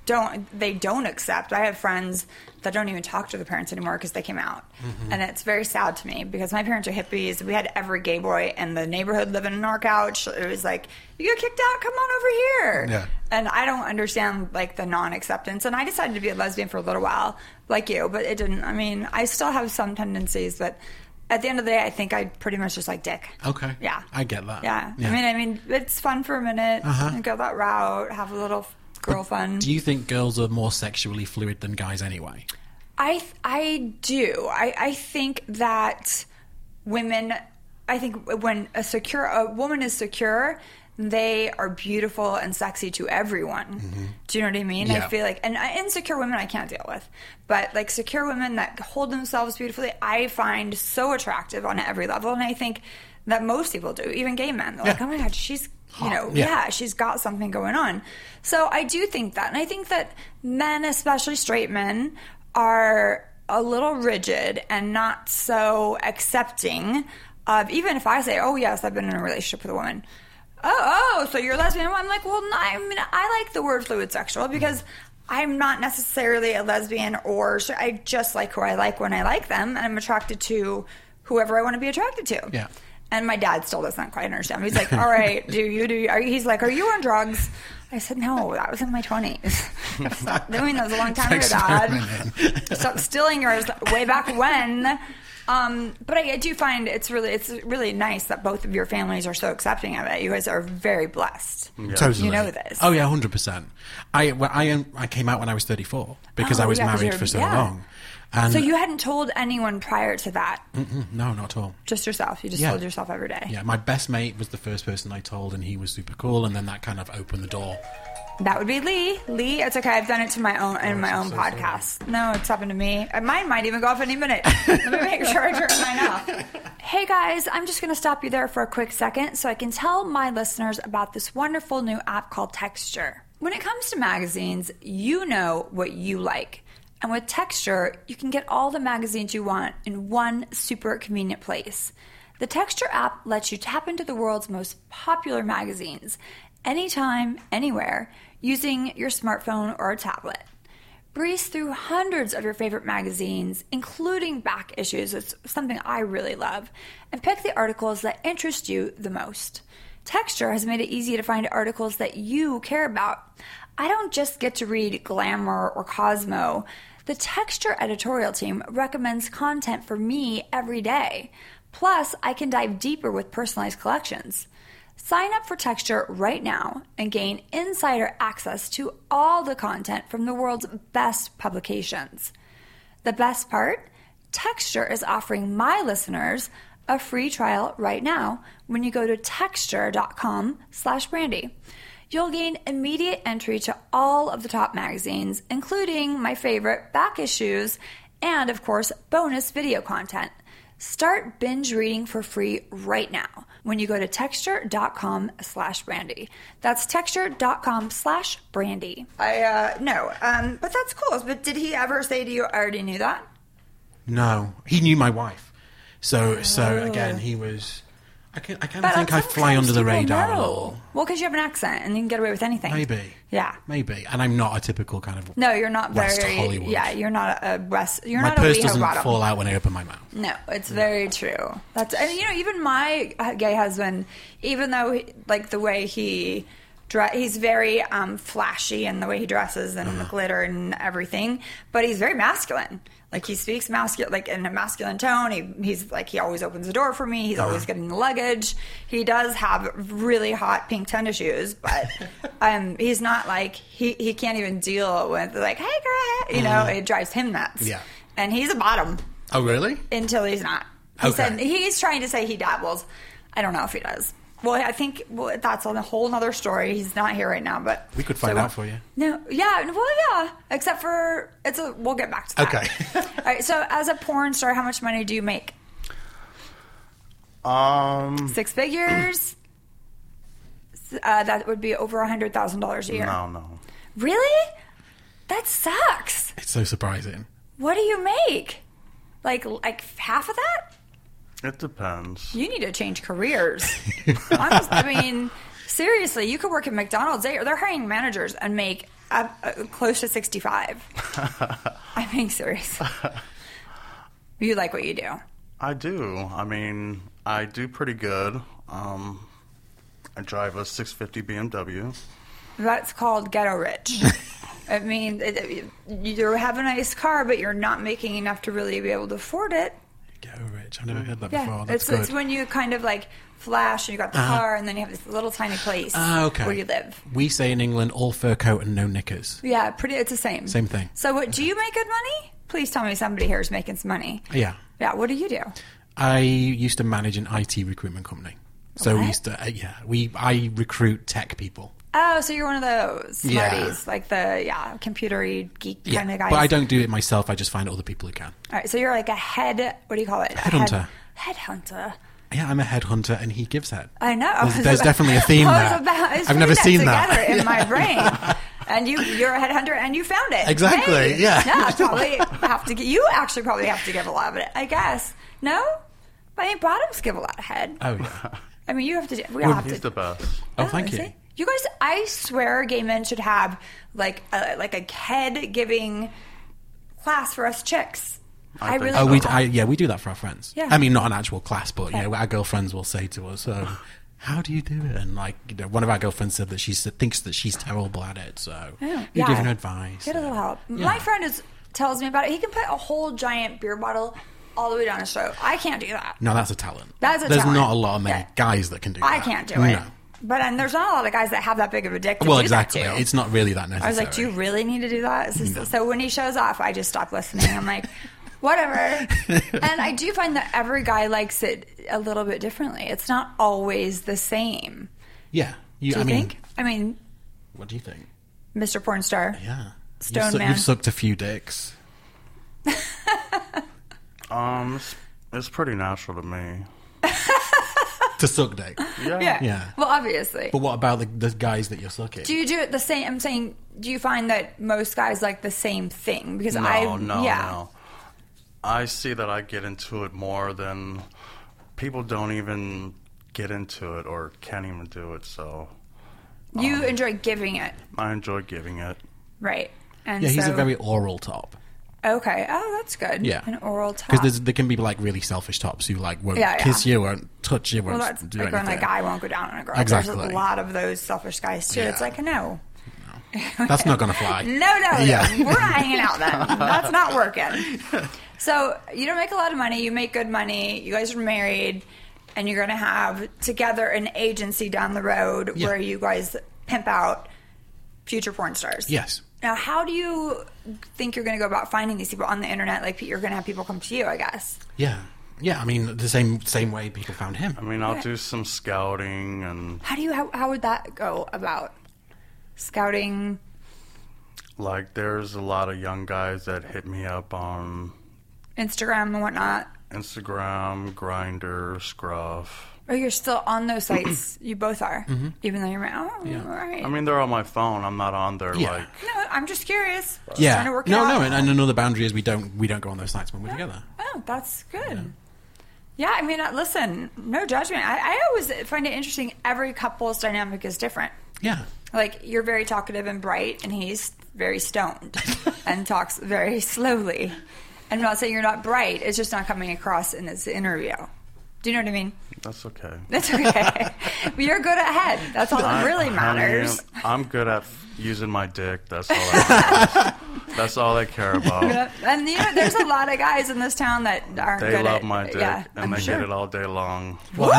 S1: don't, they don't accept. I have friends that don't even talk to the parents anymore because they came out.
S6: Mm-hmm.
S1: And it's very sad to me because my parents are hippies. We had every gay boy in the neighborhood living on our couch. It was like, you get kicked out, come on over here.
S6: Yeah.
S1: and I don't understand like the non-acceptance. And I decided to be a lesbian for a little while, like you, but it didn't. I mean, I still have some tendencies, but at the end of the day, I think I pretty much just like dick.
S6: Okay.
S1: Yeah,
S6: I get that.
S1: Yeah,
S6: Yeah.
S1: I mean, I mean, it's fun for a minute.
S6: Uh-huh.
S1: Go that route, have a little girl fun.
S6: Do you think girls are more sexually fluid than guys anyway?
S1: I th- I do. I I think that women. I think when a secure a woman is secure, they are beautiful and sexy to everyone. Do you know what I mean? I
S6: Mm-hmm. Yeah.
S1: feel like and uh, insecure women I can't deal with, but like secure women that hold themselves beautifully, I find so attractive on every level, and I think that most people do, even gay men. They're like,
S6: Yeah.
S1: oh my god, she's you know,
S6: Yeah.
S1: yeah, she's got something going on. So I do think that. And I think that men, especially straight men, are a little rigid and not so accepting of even if I say, oh, yes, I've been in a relationship with a woman. Oh, oh, so you're a lesbian? Well, I'm like, well, no, I mean, I like the word fluid sexual because I'm not necessarily a lesbian or sh- I just like who I like when I like them and I'm attracted to whoever I want to be attracted to.
S6: Yeah.
S1: And my dad still doesn't quite understand. He's like, "All right, do you do? You, are you, he's like, are you on drugs?" I said, "No, that was in my twenties. [laughs] Stop doing those a long
S6: [laughs]
S1: time ago, Dad.
S6: Experimenting.
S1: Stop stealing yours way back when." Um, but I, I do find it's really it's really nice that both of your families are so accepting of it. You guys are very blessed.
S6: Totally.
S1: [laughs] You know this.
S6: Oh yeah, hundred percent. I well, I um, I came out when I was thirty four because
S1: Oh,
S6: I was
S1: yeah, 'cause
S6: married
S1: you're-
S6: for so
S1: yeah.
S6: long. And
S1: So you hadn't told anyone prior to that,
S6: Mm, no, not at all.
S1: just yourself. You just told yourself every day.
S6: Yeah, my best mate was the first person I told, and he was super cool, and then that kind of opened the door.
S1: That would be Lee. Lee, it's okay. I've done it to my own in my own
S6: so
S1: podcast. No, it's happened to me. Uh, Mine might even go off any minute. Let me make sure I turn mine off. Hey guys, I'm just going to stop you there for a quick second so I can tell my listeners about this wonderful new app called Texture. When it comes to magazines, you know what you like. And with Texture, you can get all the magazines you want in one super convenient place. The Texture app lets you tap into the world's most popular magazines anytime, anywhere, using your smartphone or a tablet. Breeze through hundreds of your favorite magazines, including back issues, it's something I really love, and pick the articles that interest you the most. Texture has made it easy to find articles that you care about. I don't just get to read Glamour or Cosmo. The Texture editorial team recommends content for me every day. Plus, I can dive deeper with personalized collections. Sign up for Texture right now and gain insider access to all the content from the world's best publications. The best part? Texture is offering my listeners a free trial right now when you go to texture.com slash brandy. You'll gain immediate entry to all of the top magazines, including my favorite back issues and, of course, bonus video content. Start binge reading for free right now when you go to texture.com slash brandy. That's texture.com slash brandy. I, uh, no, um, but that's cool. But did he ever say to you, I already knew that?
S6: No, he knew my wife. So, so again, he was. I, can, I kind of
S1: Oh. But
S6: think I
S1: sometimes
S6: fly under the
S1: people
S6: radar a
S1: know.
S6: little.
S1: Well, because you have an accent and you can get away with anything.
S6: Maybe.
S1: Yeah.
S6: Maybe. And I'm not a typical kind of.
S1: No, you're not
S6: West
S1: very.
S6: Hollywood.
S1: Yeah, you're not a West. You're
S6: My
S1: not
S6: purse
S1: a
S6: doesn't
S1: bottom.
S6: fall out when I open my mouth.
S1: No, it's very true. That's and you know even my uh, gay husband, even though he, like the way he dress, he's very um, flashy in the way he dresses and the glitter and everything, but he's very masculine. Like he speaks masculine, like in a masculine tone. He, he's like he always opens the door for me. He's always getting the luggage. He does have really hot pink tennis shoes, but um, he's not like he, he can't even deal with like hey girl, you know it drives him nuts.
S6: Yeah.
S1: and he's a bottom
S6: Oh, really?
S1: until he's not. He
S6: Okay.
S1: said he's trying to say he dabbles. I don't know if he does. Well, I think well, that's a whole other story. He's not here right now, but
S6: We could find out for you.
S1: No, yeah, well, yeah. Except for it's a. We'll get back to that.
S6: Okay.
S1: [laughs] All right. So, as a porn star, how much money do you make?
S5: Um,
S1: Six figures. uh, that would be over a hundred thousand dollars a year.
S5: no, no.
S1: Really? That sucks.
S6: It's so surprising.
S1: What do you make? Like like half of that?
S5: It depends.
S1: You need to change careers. Honest, I mean, seriously, you could work at McDonald's. They, they're hiring managers and make uh, uh, close to 65.
S6: [laughs]
S1: I'm being serious. You like what you do.
S5: I do. I mean, I do pretty good. Um, I drive a 650 BMW.
S1: That's called ghetto rich. I mean, it, it- you have a nice car, but you're not making enough to really be able to afford it.
S6: Go rich. I've never heard that
S1: Yeah,
S6: before. That's
S1: it's,
S6: good. Uh-huh.
S1: it's when you kind of like flash and you got the car, and then you have this little tiny place
S6: Ah, okay.
S1: where you live.
S6: We say in England, all fur coat and no knickers.
S1: Yeah, pretty. It's the same.
S6: Same thing.
S1: So, what do you make good money? Please tell me somebody here is making some money.
S6: Yeah.
S1: Yeah. What do you do?
S6: I used to manage an IT recruitment company. So we
S1: What?
S6: used to, uh, yeah, we I recruit tech people.
S1: Oh, so you're one of those
S6: Yeah.
S1: smarties, like the yeah computery geek
S6: Yeah,
S1: kind of guys.
S6: but I don't do it myself. I just find other people who can.
S1: All right. So you're like a head. What do you call it? A
S6: Headhunter.
S1: Head, headhunter.
S6: Yeah, I'm a headhunter, and he gives head.
S1: [laughs] I know.
S6: There's, there's definitely a
S1: [laughs]
S6: theme
S1: I was
S6: there.
S1: about- I was
S6: I've
S1: putting
S6: never seen
S1: together
S6: that.
S1: in
S6: [laughs]
S1: my brain. And you, you're a headhunter, and you found it.
S6: Exactly,
S1: Hey.
S6: yeah.
S1: Yeah. Probably have to. gi- You actually probably have to give a lot of it. I guess. No. I mean, bottoms give a lot of head.
S6: Oh yeah.
S1: I mean, you have to. do- We all have
S5: He's
S1: to.
S5: the best.
S6: Oh, thank
S1: is
S6: you.
S1: it? You guys, I swear, gay men should have like a, like a head giving class for us chicks. I,
S5: think
S1: really.
S5: so.
S6: Oh, we d I yeah, we do that for our friends.
S1: Yeah.
S6: I mean, not an actual class, but you know, our girlfriends will say to us, um, "How do you do it?" And like, you know, one of our girlfriends said that she s- thinks that she's terrible at it, so
S1: Oh, Yeah.
S6: you're giving her advice.
S1: Get a little help.
S6: Yeah.
S1: My friend is tells me about it. He can put a whole giant beer bottle all the way down his throat. I can't do that.
S6: No, that's a talent.
S1: That's a
S6: There's
S1: talent.
S6: not a lot of many
S1: Yeah.
S6: guys that can do.
S1: I
S6: that.
S1: can't do
S6: No.
S1: it. But and there's not a lot of guys that have that big of a dick. To
S6: Well,
S1: do
S6: exactly.
S1: That to.
S6: It's not really that
S1: I
S6: necessary.
S1: was like, do you really need to do that? Is this- So when he shows off, I just stop listening. I'm
S6: [laughs]
S1: like, whatever. and I do find that every guy likes it a little bit differently. It's not always the same.
S6: Yeah. You,
S1: Do you
S6: I mean,
S1: think? I mean,
S6: what do you think?
S1: Mr. Porn Star.
S6: Yeah.
S1: Stone
S6: you've, su-
S1: man.
S6: you've sucked a few dicks.
S5: Um, it's, it's pretty natural to me.
S6: to suck dick.
S1: Yeah. yeah.
S6: Yeah.
S1: Well, obviously.
S6: But what about the, the guys that you're sucking?
S1: do you do it the same? I'm saying, do you find that most guys like the same thing? Because
S5: No,
S1: I,
S5: no,
S1: yeah.
S5: no. I see that I get into it more than people don't even get into it or can't even do it. So
S1: You enjoy giving it,
S5: I enjoy giving it.
S1: right? And
S6: yeah, he's
S1: so,
S6: a very oral top.
S1: okay. Oh, that's good.
S6: Yeah.
S1: an oral top.
S6: Because there can be like really selfish tops who like won't
S1: Yeah, yeah.
S6: kiss you, won't touch you,
S1: well,
S6: won't
S1: that's
S6: do
S1: like when
S6: anything.
S1: a guy won't go down on a girl. There's
S6: Exactly.
S1: a lot of those selfish guys too. It's
S6: Yeah.
S1: like no,
S6: That's not going to fly.
S1: no, no,
S6: Yeah.
S1: no. we're not hanging out
S6: [laughs]
S1: then. That's not working. So you don't make a lot of money. You make good money. You guys are married, and you're going to have together an agency down the road
S6: Yeah.
S1: where you guys pimp out future porn stars.
S6: Yes.
S1: Now, how do you think you're going to go about finding these people on the internet? Like, you're going to have people come to you, I guess.
S6: Yeah. Yeah. I mean, the same same way people found him.
S5: I mean, I'll do some scouting and
S1: How do you? How, how would that go about? Scouting.
S5: like there's a lot of young guys that hit me up on
S1: Instagram and whatnot.
S5: Instagram, Grinder, Scruff.
S1: Or you're still on those sites. [clears throat] you both are,
S6: Mm-hmm.
S1: even though you're married. Oh, all right.
S5: I mean, they're on my phone. I'm not on there
S6: Yeah.
S5: like
S1: no, I'm just curious. Just
S6: yeah.
S1: Trying to work it
S6: no,
S1: out.
S6: no. And, and another boundary is we don't we don't go on those sites when we're together.
S1: Oh, that's good. Yeah, I mean, uh, listen, no judgment. I, I always find it interesting. Every couple's dynamic is different.
S6: Yeah.
S1: Like you're very talkative and bright, and he's very
S6: [laughs]
S1: stoned and talks very slowly. And I'm not saying you're not bright; it's just not coming across in this interview. Do you know what I mean?
S5: that's okay.
S1: That's
S5: [laughs]
S1: okay. but you're good at head. That's all that really
S5: I-
S1: matters.
S5: I am good at using my dick. That's all. That
S1: [laughs]
S5: matters. that's all they care about.
S1: And you know, there's a lot of guys in this town that aren't
S5: They
S1: good
S5: love
S1: at
S5: my dick,
S1: Yeah,
S5: and
S1: I'm
S5: they
S1: sure.
S5: get it all day long.
S1: Whoa, [laughs] look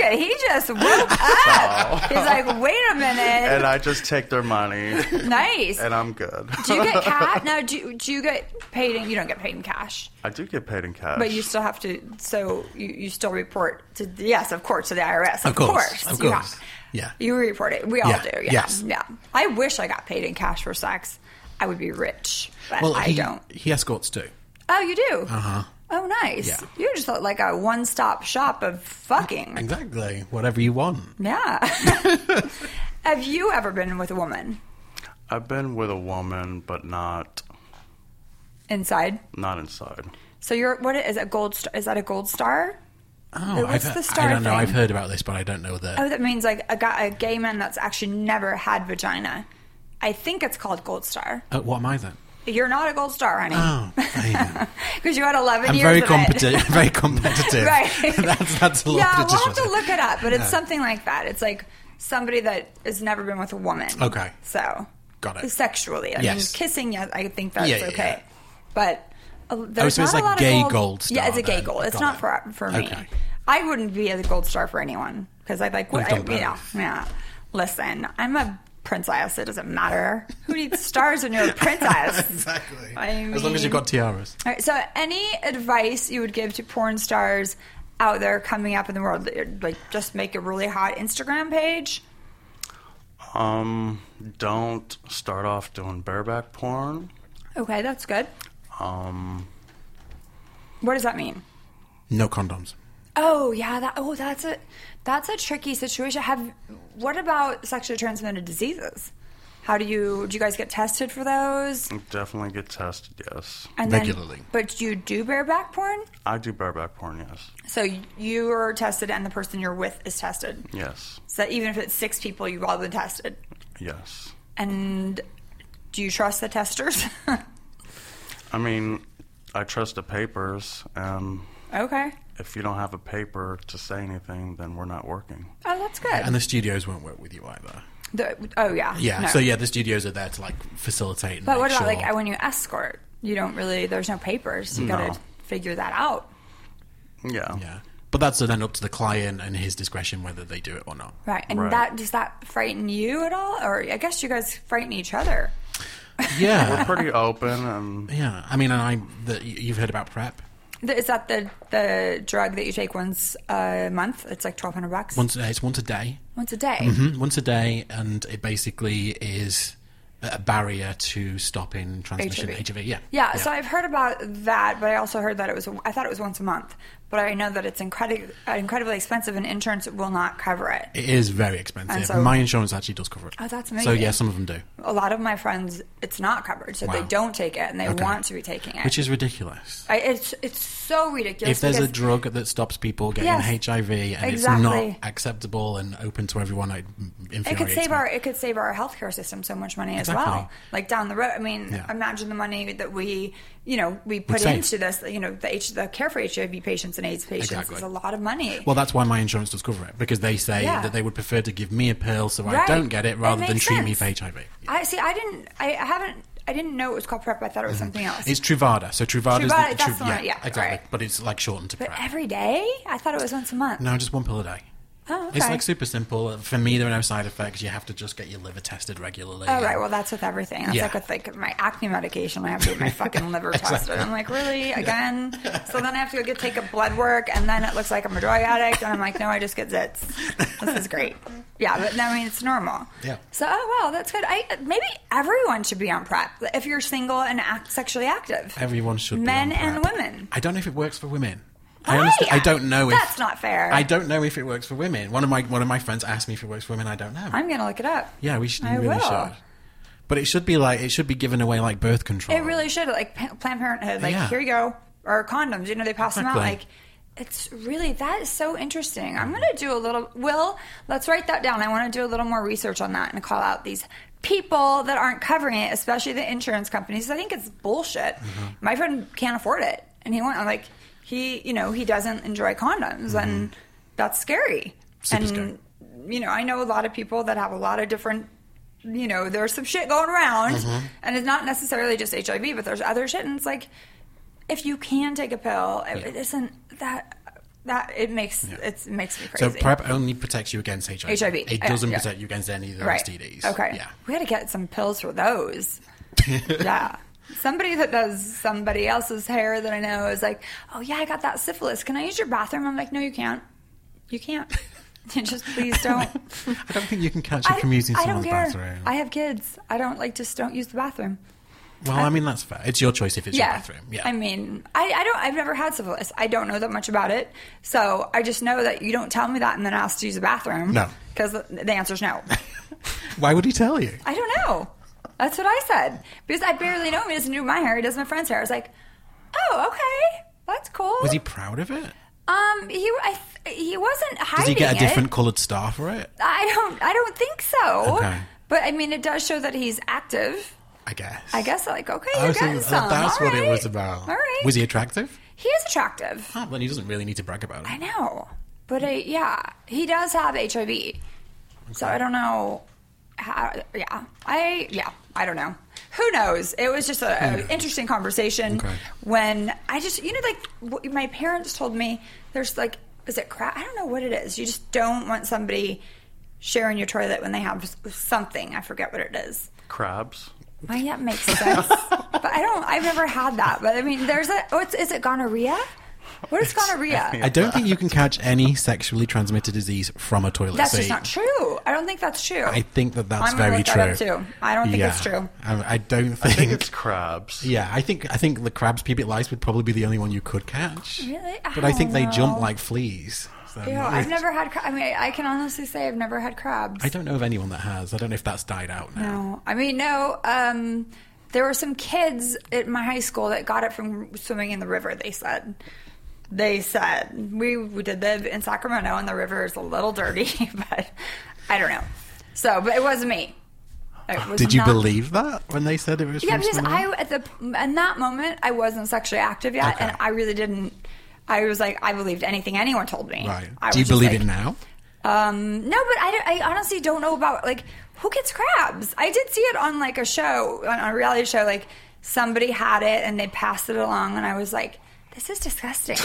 S1: at he just woke up. He's like, wait a minute.
S5: And I just take their money,
S1: [laughs] nice.
S5: and I'm good.
S1: do you get cash? No, do you, do you get paid? In, you don't get paid in cash,
S5: [laughs] I do get paid in cash.
S1: but you still have to. So you, you still report to yes, of course, to the IRS. Of,
S6: Of course, of
S1: you
S6: course.
S1: have-
S6: Yeah.
S1: you report it. We all
S6: Yeah,
S1: do. Yeah,
S6: yes.
S1: yeah. I wish I got paid in cash for sex. I would be rich, but
S6: Well,
S1: I
S6: he,
S1: don't.
S6: He escorts too.
S1: Oh, you do. Uh huh. Oh, nice.
S6: Yeah.
S1: You just look like a one-stop shop of fucking.
S6: Exactly. Whatever you want.
S1: Yeah. [laughs] Have you ever been with a woman
S5: I've been with a woman, but not
S1: inside?
S5: not inside.
S1: So you're what is a gold star? Is that a gold star?
S6: Oh,
S1: What's
S6: I've,
S1: the star
S6: I don't know.
S1: thing?
S6: I've heard about this, but I don't know the.
S1: Oh, that means like a guy, a gay man that's actually never had vagina. I think it's called gold star.
S6: Uh, what am I then?
S1: You're not a gold star, honey, [laughs]
S6: Oh, I-
S1: because you had 11
S6: I'm
S1: years.
S6: very
S1: of it.
S6: competitive. [laughs] Very competitive.
S1: Right.
S6: [laughs] that's that's a lot.
S1: yeah,
S6: of
S1: we'll have to
S6: disrespect.
S1: look it up, but it's something like that. It's like somebody that has never been with a woman.
S6: Okay.
S1: So
S6: Got it.
S1: Sexually, I
S6: Yes.
S1: mean, kissing. Yes, I think that's
S6: Yeah, yeah,
S1: okay.
S6: yeah. Oh,
S1: But uh, there's
S6: so
S1: not
S6: it's
S1: a
S6: like
S1: lot
S6: gay
S1: of
S6: gold star
S1: yeah, it's a gay
S6: then.
S1: gold. It's
S6: Got
S1: not
S6: it.
S1: for for me.
S6: Okay.
S1: I wouldn't be a gold star for anyone because I like what
S6: We've done
S1: I- yeah
S6: both.
S1: yeah. Listen, I'm a princess. It doesn't matter who needs stars when you're a princess.
S6: [laughs] Exactly.
S1: I
S6: as long as
S1: mean-
S6: you've got tiaras.
S1: All right, so, any advice you would give to porn stars out there coming up in the world? Like, just make a really hot Instagram page.
S5: Um, don't start off doing bareback porn.
S1: Okay, that's good.
S5: Um,
S1: What does that mean?
S6: No condoms.
S1: Oh yeah, that oh that's a that's a tricky situation. Have what about sexually transmitted diseases? How do you do? You guys get tested for those
S5: definitely get tested. Yes,
S1: and
S6: Regularly.
S1: Then, but you do bareback porn,
S5: I do bareback porn. Yes,
S1: so you are tested, and the person you're with is tested.
S5: yes,
S1: So even if it's six people, you've all been tested.
S5: yes.
S1: And do you trust the testers? [laughs]
S5: I mean, I trust the papers, and
S1: okay.
S5: if you don't have a paper to say anything, then we're not working.
S1: Oh, that's good.
S6: And the studios won't work with you either.
S1: The- oh yeah.
S6: Yeah.
S1: No.
S6: So yeah, the studios are there to like facilitate. And
S1: But
S6: make
S1: what about
S6: sure.
S1: like uh, when you escort? You don't really. There's no papers. You
S5: No.
S1: gotta figure that out.
S5: Yeah.
S6: Yeah. But that's then up to the client and his discretion whether they do it
S1: [laughs]
S6: or not.
S1: Right. And
S5: Right.
S1: that does that frighten you at all? Or I guess you guys frighten each other.
S6: Yeah.
S5: Pretty open, um, and
S6: yeah. I mean, and I that y- you've heard about prep.
S1: Th- Is that the the drug that you take once a month? It's like twelve hundred bucks
S6: Once uh, it's once a day,
S1: once a day.
S6: Mm, once a day, and it basically is a barrier to stopping transmission
S1: HIV.
S6: HIV. Yeah.
S1: Yeah, so I've heard about that, but I also heard that it was. I thought it was once a month, but I know that it's incredi- uh, incredibly expensive and insurance will not cover it.
S6: It is very expensive.
S1: And so-
S6: My insurance actually does cover it.
S1: Oh, that's
S6: So
S1: amazing.
S6: yeah, some of them do,
S1: A lot of my friends, it's not covered, so they
S6: Wow.
S1: don't take it and they
S6: Okay.
S1: want to be taking it.
S6: which is ridiculous.
S1: I, it's it's so ridiculous.
S6: If there's a
S1: because-
S6: drug that stops people getting
S1: Yes.
S6: HIV
S1: Exactly.
S6: and it's not acceptable and open to everyone, it
S1: it could
S6: infuriates
S1: save
S6: me.
S1: our it could save our healthcare system so much money
S6: Exactly.
S1: as well. Like down the road, I mean,
S6: Yeah.
S1: imagine the money that we you know we put
S6: save.
S1: into this. You know, the H, the care for HIV patients and AIDS patients
S6: Exactly.
S1: is a lot of money.
S6: Well, that's why my insurance does cover it because they say
S1: Yeah.
S6: that they would prefer to give me a pill so I
S1: Right.
S6: don't get it rather than
S1: makes
S6: treat me for
S1: sense.
S6: HIV.
S1: I see. I didn't. I, I haven't. I didn't know it was called prep. I thought it was something else.
S6: Mm-hmm. It's Truvada. So Truvada is
S1: Truvada,
S6: the,
S1: that's the one, yeah,
S6: exactly.
S1: right.
S6: But it's like shortened to
S1: but
S6: PrEP.
S1: every day, I thought it was once a month.
S6: no, just one pill a day.
S1: Oh, okay.
S6: It's like super simple. For me, there are no side effects. You have to just get your liver tested regularly.
S1: Oh right, well that's with everything. That's
S6: Yeah.
S1: like with like my acne medication. I have to get my
S6: [laughs]
S1: fucking liver tested. I'm like, really again? So then I have to go get take a blood work, and then it looks like I'm a drug addict, and I'm like, no, I just get zits. This is great. Yeah, but I mean, it's normal.
S6: Yeah.
S1: So oh wow, that's good. I maybe everyone should be on prep if you're single and act, sexually active.
S6: Everyone should. be
S1: Men
S6: on
S1: and
S6: PrEP.
S1: women.
S6: I don't know if it works for women. I,
S1: Why?
S6: honestly, I don't know if
S1: That's not fair.
S6: I don't know if it works for women. One of my one of my friends asked me if it works for women. I don't know.
S1: I'm gonna look it up.
S6: yeah, we should.
S1: I
S6: we really
S1: will.
S6: should. But it should be like it should be given away like birth control.
S1: It really should. Like P- Planned Parenthood, like
S6: Yeah.
S1: here you go, or condoms. You know they pass them out. Like
S6: Exactly.
S1: it's really that is so interesting. I'm gonna do a little. Will let's write that down. I want to do a little more research on that and call out these people that aren't covering it, especially the insurance companies. I think it's bullshit.
S6: Mm-hmm.
S1: My friend can't afford it, and he went. I'm like he, you know, he doesn't enjoy condoms,
S6: Mm-hmm.
S1: and that's scary.
S6: Super
S1: and
S6: scary.
S1: you know, I know a lot of people that have a lot of different you know, there's some shit going around,
S6: Mm-hmm.
S1: and it's not necessarily just HIV, but there's other shit, and it's like, if you can take a pill, it, it isn't that that it makes it's it makes me
S6: So
S1: crazy.
S6: PrEP only protects you against HIV.
S1: HIV,
S6: It
S1: yeah,
S6: doesn't
S1: Oh, yeah.
S6: protect you against any of the STDs.
S1: Okay.
S6: Yeah.
S1: We had to get some pills for
S6: [laughs]
S1: those. yeah. Somebody that does somebody else's hair that I know is like, oh yeah, I got that syphilis. Can I use your bathroom? I'm like, no, you can't. You can't. [laughs] [laughs] Just please don't.
S6: [laughs] I don't think you can catch it from using
S1: I don't
S6: someone's
S1: care.
S6: bathroom.
S1: I have kids. I don't like just don't use the bathroom.
S6: well, I mean that's fair. It's your choice if it's your bathroom. Yeah.
S1: I mean, I, I don't. I've never had syphilis. I don't know that much about it, so I just know that you don't tell me that and then ask to use the bathroom.
S6: No.
S1: because the the answer's no.
S6: Why would he tell you?
S1: I don't know. That's what I said because I barely know him. He doesn't do my hair. He does my friend's hair. I was like, oh, okay, that's cool.
S6: Was he proud of it?
S1: Um, he I, th- he wasn't hiding.
S6: Did he get a
S1: it.
S6: different coloured star for it?
S1: I don't. I don't think so.
S6: Okay.
S1: But I mean, it does show that he's active.
S6: I guess.
S1: I guess like okay,
S6: Oh,
S1: you're
S6: so
S1: getting some.
S6: That's
S1: All
S6: what
S1: right.
S6: it was about.
S1: All right.
S6: Was he attractive?
S1: He is attractive.
S6: Oh, then he doesn't really need to brag about it.
S1: I know, but I, yeah, he does have HIV. So I don't know. How, yeah, I yeah, I don't know. Who knows? It was just an interesting conversation
S6: Okay.
S1: when I just you know like w- my parents told me there's like is it crap? I don't know what it is. You just don't want somebody sharing your toilet when they have s- something. I forget what it is.
S5: Crabs.
S1: Why that makes sense. but I don't. I've never had that. But I mean, there's a. What's is it? Gonorrhea. What is gonorrhea?
S6: I don't think you can catch any sexually transmitted disease from a toilet
S1: That's
S6: seat.
S1: just not true. I don't think that's true.
S6: I think that that's
S1: I'm gonna
S6: very
S1: look
S6: true.
S1: that up, too. I don't think
S6: yeah. Um,
S1: it's true.
S6: I, I don't think.
S5: I think it's crabs.
S6: [laughs] yeah, I think I think the crabs pee bit lice would probably be the only one you could catch.
S1: Really? I
S6: But I, think
S1: don't
S6: they jump
S1: know.
S6: like fleas. So
S1: Ew,
S6: no,
S1: I've
S6: it's-
S1: never had. cra- I mean, I can honestly say I've never had crabs.
S6: I don't know of anyone that has. I don't know if that's died out now.
S1: No, I mean no. Um, there were some kids at my high school that got it from swimming in the river. They said. They said we, we did live in Sacramento, and the river is a little dirty, [laughs] but I don't know. So, but it wasn't me. It was
S6: Did you
S1: not-
S6: believe that when they said it was?
S1: Yeah,
S6: from
S1: because
S6: someone
S1: I
S6: else?
S1: at the in that moment I wasn't sexually active yet,
S6: Okay.
S1: and I really didn't. I was like, I believed anything anyone told me.
S6: Right.
S1: I
S6: Do you
S1: was just
S6: believe
S1: like,
S6: it now?
S1: um, no, but I, don't- I honestly don't know about like who gets crabs. I did see it on like a show on a reality show. Like somebody had it and they passed it along, and I was like, this is disgusting.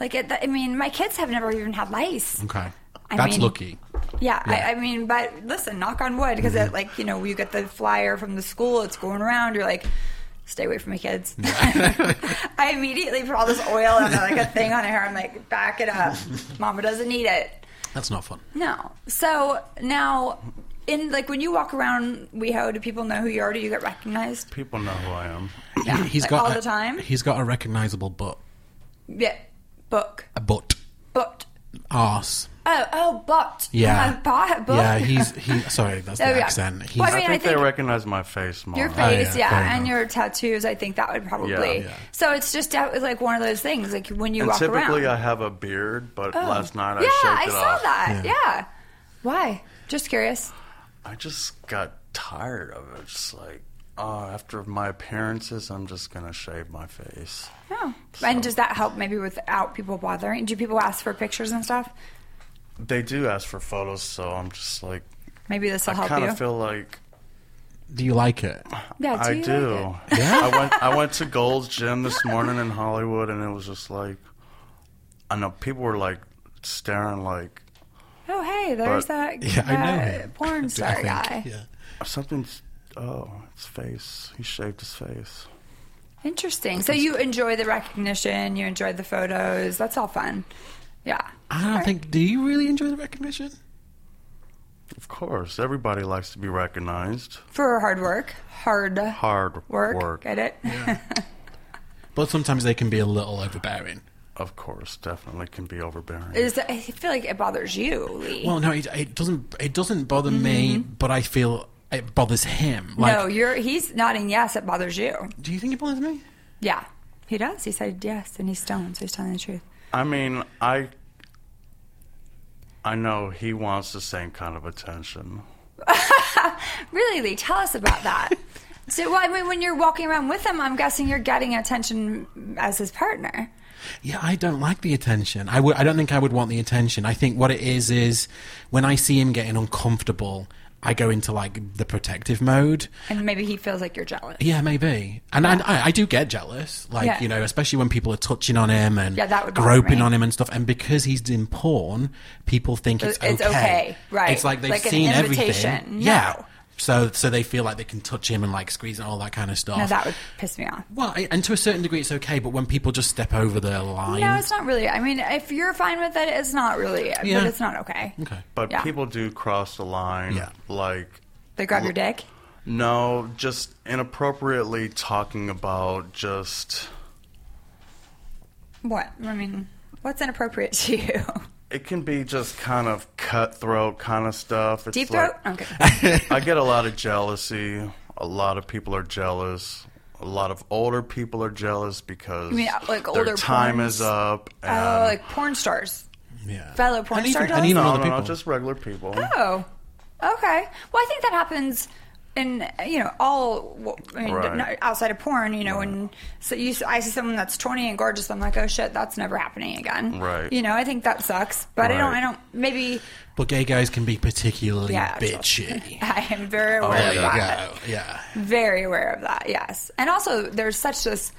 S1: Like it, I mean, my kids have never even had lice.
S6: Mm-hmm. Okay.
S1: I
S6: that's
S1: mean-
S6: lucky.
S1: Yeah,
S6: Yeah. Mm-hmm.
S1: I, I mean, but listen, knock on wood, because it like you know you get the flyer from the school, it's going around. You're like, stay away from my
S6: [laughs]
S1: kids. [laughs] I immediately put all this oil and like a thing on her. I'm like, back it up, Mama doesn't need it.
S6: That's not fun.
S1: No. So now, in like when you walk around WeHo, do people know who you are? Do you get recognized?
S5: People know who I am.
S6: He- He's
S1: like
S6: got
S1: all
S6: a-
S1: the time?
S6: He's got a recognizable butt.
S1: Yeah. Book.
S6: A butt.
S1: But.
S6: Arse.
S1: Oh, oh, but.
S6: Yeah.
S1: Uh, [laughs] but, but.
S6: Yeah, he's he. Sorry, that's the
S1: Oh, yeah.
S6: accent. He's,
S1: Well, I
S5: I
S1: mean,
S5: think,
S1: I
S5: they
S1: think-
S5: recognize my face more.
S1: Your
S5: I-
S1: face,
S6: Oh, yeah,
S1: yeah,
S6: fair
S1: and
S6: enough.
S1: your tattoos. I think that would probably.
S5: Yeah.
S1: So it's just definitely like one of those things. Like when you
S5: and
S1: walk around.
S5: typically,
S1: Oh.
S5: I have a beard, but last night I
S1: yeah,
S5: shaved
S1: I
S5: it
S1: saw
S5: off.
S1: that.
S6: Yeah.
S1: Yeah. Why? Just curious.
S5: I just got tired of it. Just like, oh, after my appearances, I'm just gonna shave my face.
S1: Oh. And does that help maybe without people bothering? Do people ask for pictures and stuff?
S5: They do ask for photos, so I'm just like,
S1: Maybe this will
S5: I
S1: help
S5: kind
S1: you.
S5: of feel like
S6: Do you like
S1: [laughs]
S6: it?
S1: yeah,
S5: I
S1: you like
S5: do.
S1: it?
S5: I went I went to Gold's Gym this morning in Hollywood, and it was just like, I know people were like staring like
S1: Oh, hey, there's
S5: But-
S1: that
S6: Yeah, I know.
S1: uh,
S6: him. [laughs]
S1: porn
S6: Do I
S1: star
S6: think?
S1: guy.
S6: Yeah.
S5: something's. Oh, his face. He shaved his face.
S1: Interesting. So you enjoy the recognition, you enjoy the photos. That's all fun. Yeah.
S6: I don't think. Do you really enjoy the recognition?
S5: Of course, everybody likes to be recognized.
S1: For hard work, hard,
S5: Hard
S1: work.
S5: work,
S1: Get it?
S6: But sometimes they can be a little overbearing.
S5: of course, definitely can be overbearing.
S1: Is that, I feel like it bothers you, Lee.
S6: Well, no, it, it doesn't. It doesn't bother me, but I feel it bothers him. Like,
S1: Mm-hmm. no, you're. He's nodding yes. It bothers you.
S6: do you think it bothers me?
S1: Yeah, he does. He said yes, and he's stoned, so he's telling the truth.
S5: I mean, I I know he wants the same kind of attention.
S1: Really, Lee, tell us about
S6: [laughs]
S1: that. so, well, I mean, when you're walking around with him, I'm guessing you're getting attention as his partner.
S6: Yeah, I don't like the attention. I would. I don't think I would want the attention. I think what it is is when I see him getting uncomfortable, I go into like the protective mode.
S1: And maybe he feels like you're jealous.
S6: Yeah, maybe. And I, I, I do get jealous, like
S1: Yeah.
S6: you know, especially when people are touching on him and
S1: Yeah, that would bother
S6: groping
S1: me.
S6: on him and stuff. And because he's in porn, people think it's,
S1: It's okay, right.
S6: It's like they've
S1: Like an
S6: seen everything.
S1: invitation.
S6: Yeah.
S1: No.
S6: So so they feel like they can touch him and like squeeze and all that kind of stuff.
S1: No, that would piss me off.
S6: well, I- and to a certain degree, it's okay. But when people just step over the line,
S1: No, it's not really. I mean, if you're fine with it, it's not really.
S6: Yeah.
S1: But it's not okay.
S6: okay.
S5: But
S1: Yeah.
S5: people do cross the line.
S6: Yeah.
S5: Like,
S1: They grab your dick.
S5: no, just inappropriately talking about just.
S1: What? I mean, what's inappropriate to you?
S5: It can be just kind of cutthroat kind of stuff. It's
S1: Deep throat.
S5: like-
S6: [laughs]
S1: Okay.
S5: I get a lot of jealousy. A lot of people are jealous. A lot of older people are jealous because
S1: mean, uh, like,
S5: their
S1: older
S5: time
S1: porns?
S5: is up. And
S1: Oh, like porn stars.
S6: Yeah.
S1: Fellow porn
S6: and even,
S1: star
S6: and
S1: dolls?
S6: even
S5: no,
S6: other
S5: no,
S6: people.
S5: no, just regular people.
S1: Oh, okay. Well, I think that happens in you know all I mean,
S5: Right.
S1: not- outside of porn. You know, when so you I see someone that's twenty and gorgeous, I'm like, oh shit, that's never happening again.
S5: Right.
S1: You know, I think that sucks, but I don't.
S5: Right.
S1: I don't. Maybe
S6: but gay guys can be
S1: [laughs]
S6: particularly
S1: Yeah,
S6: bitchy. Oh,
S1: I am very aware
S6: There
S1: of
S6: you
S1: that.
S6: go. Yeah.
S1: Very aware of that. Yes, and also there's such this.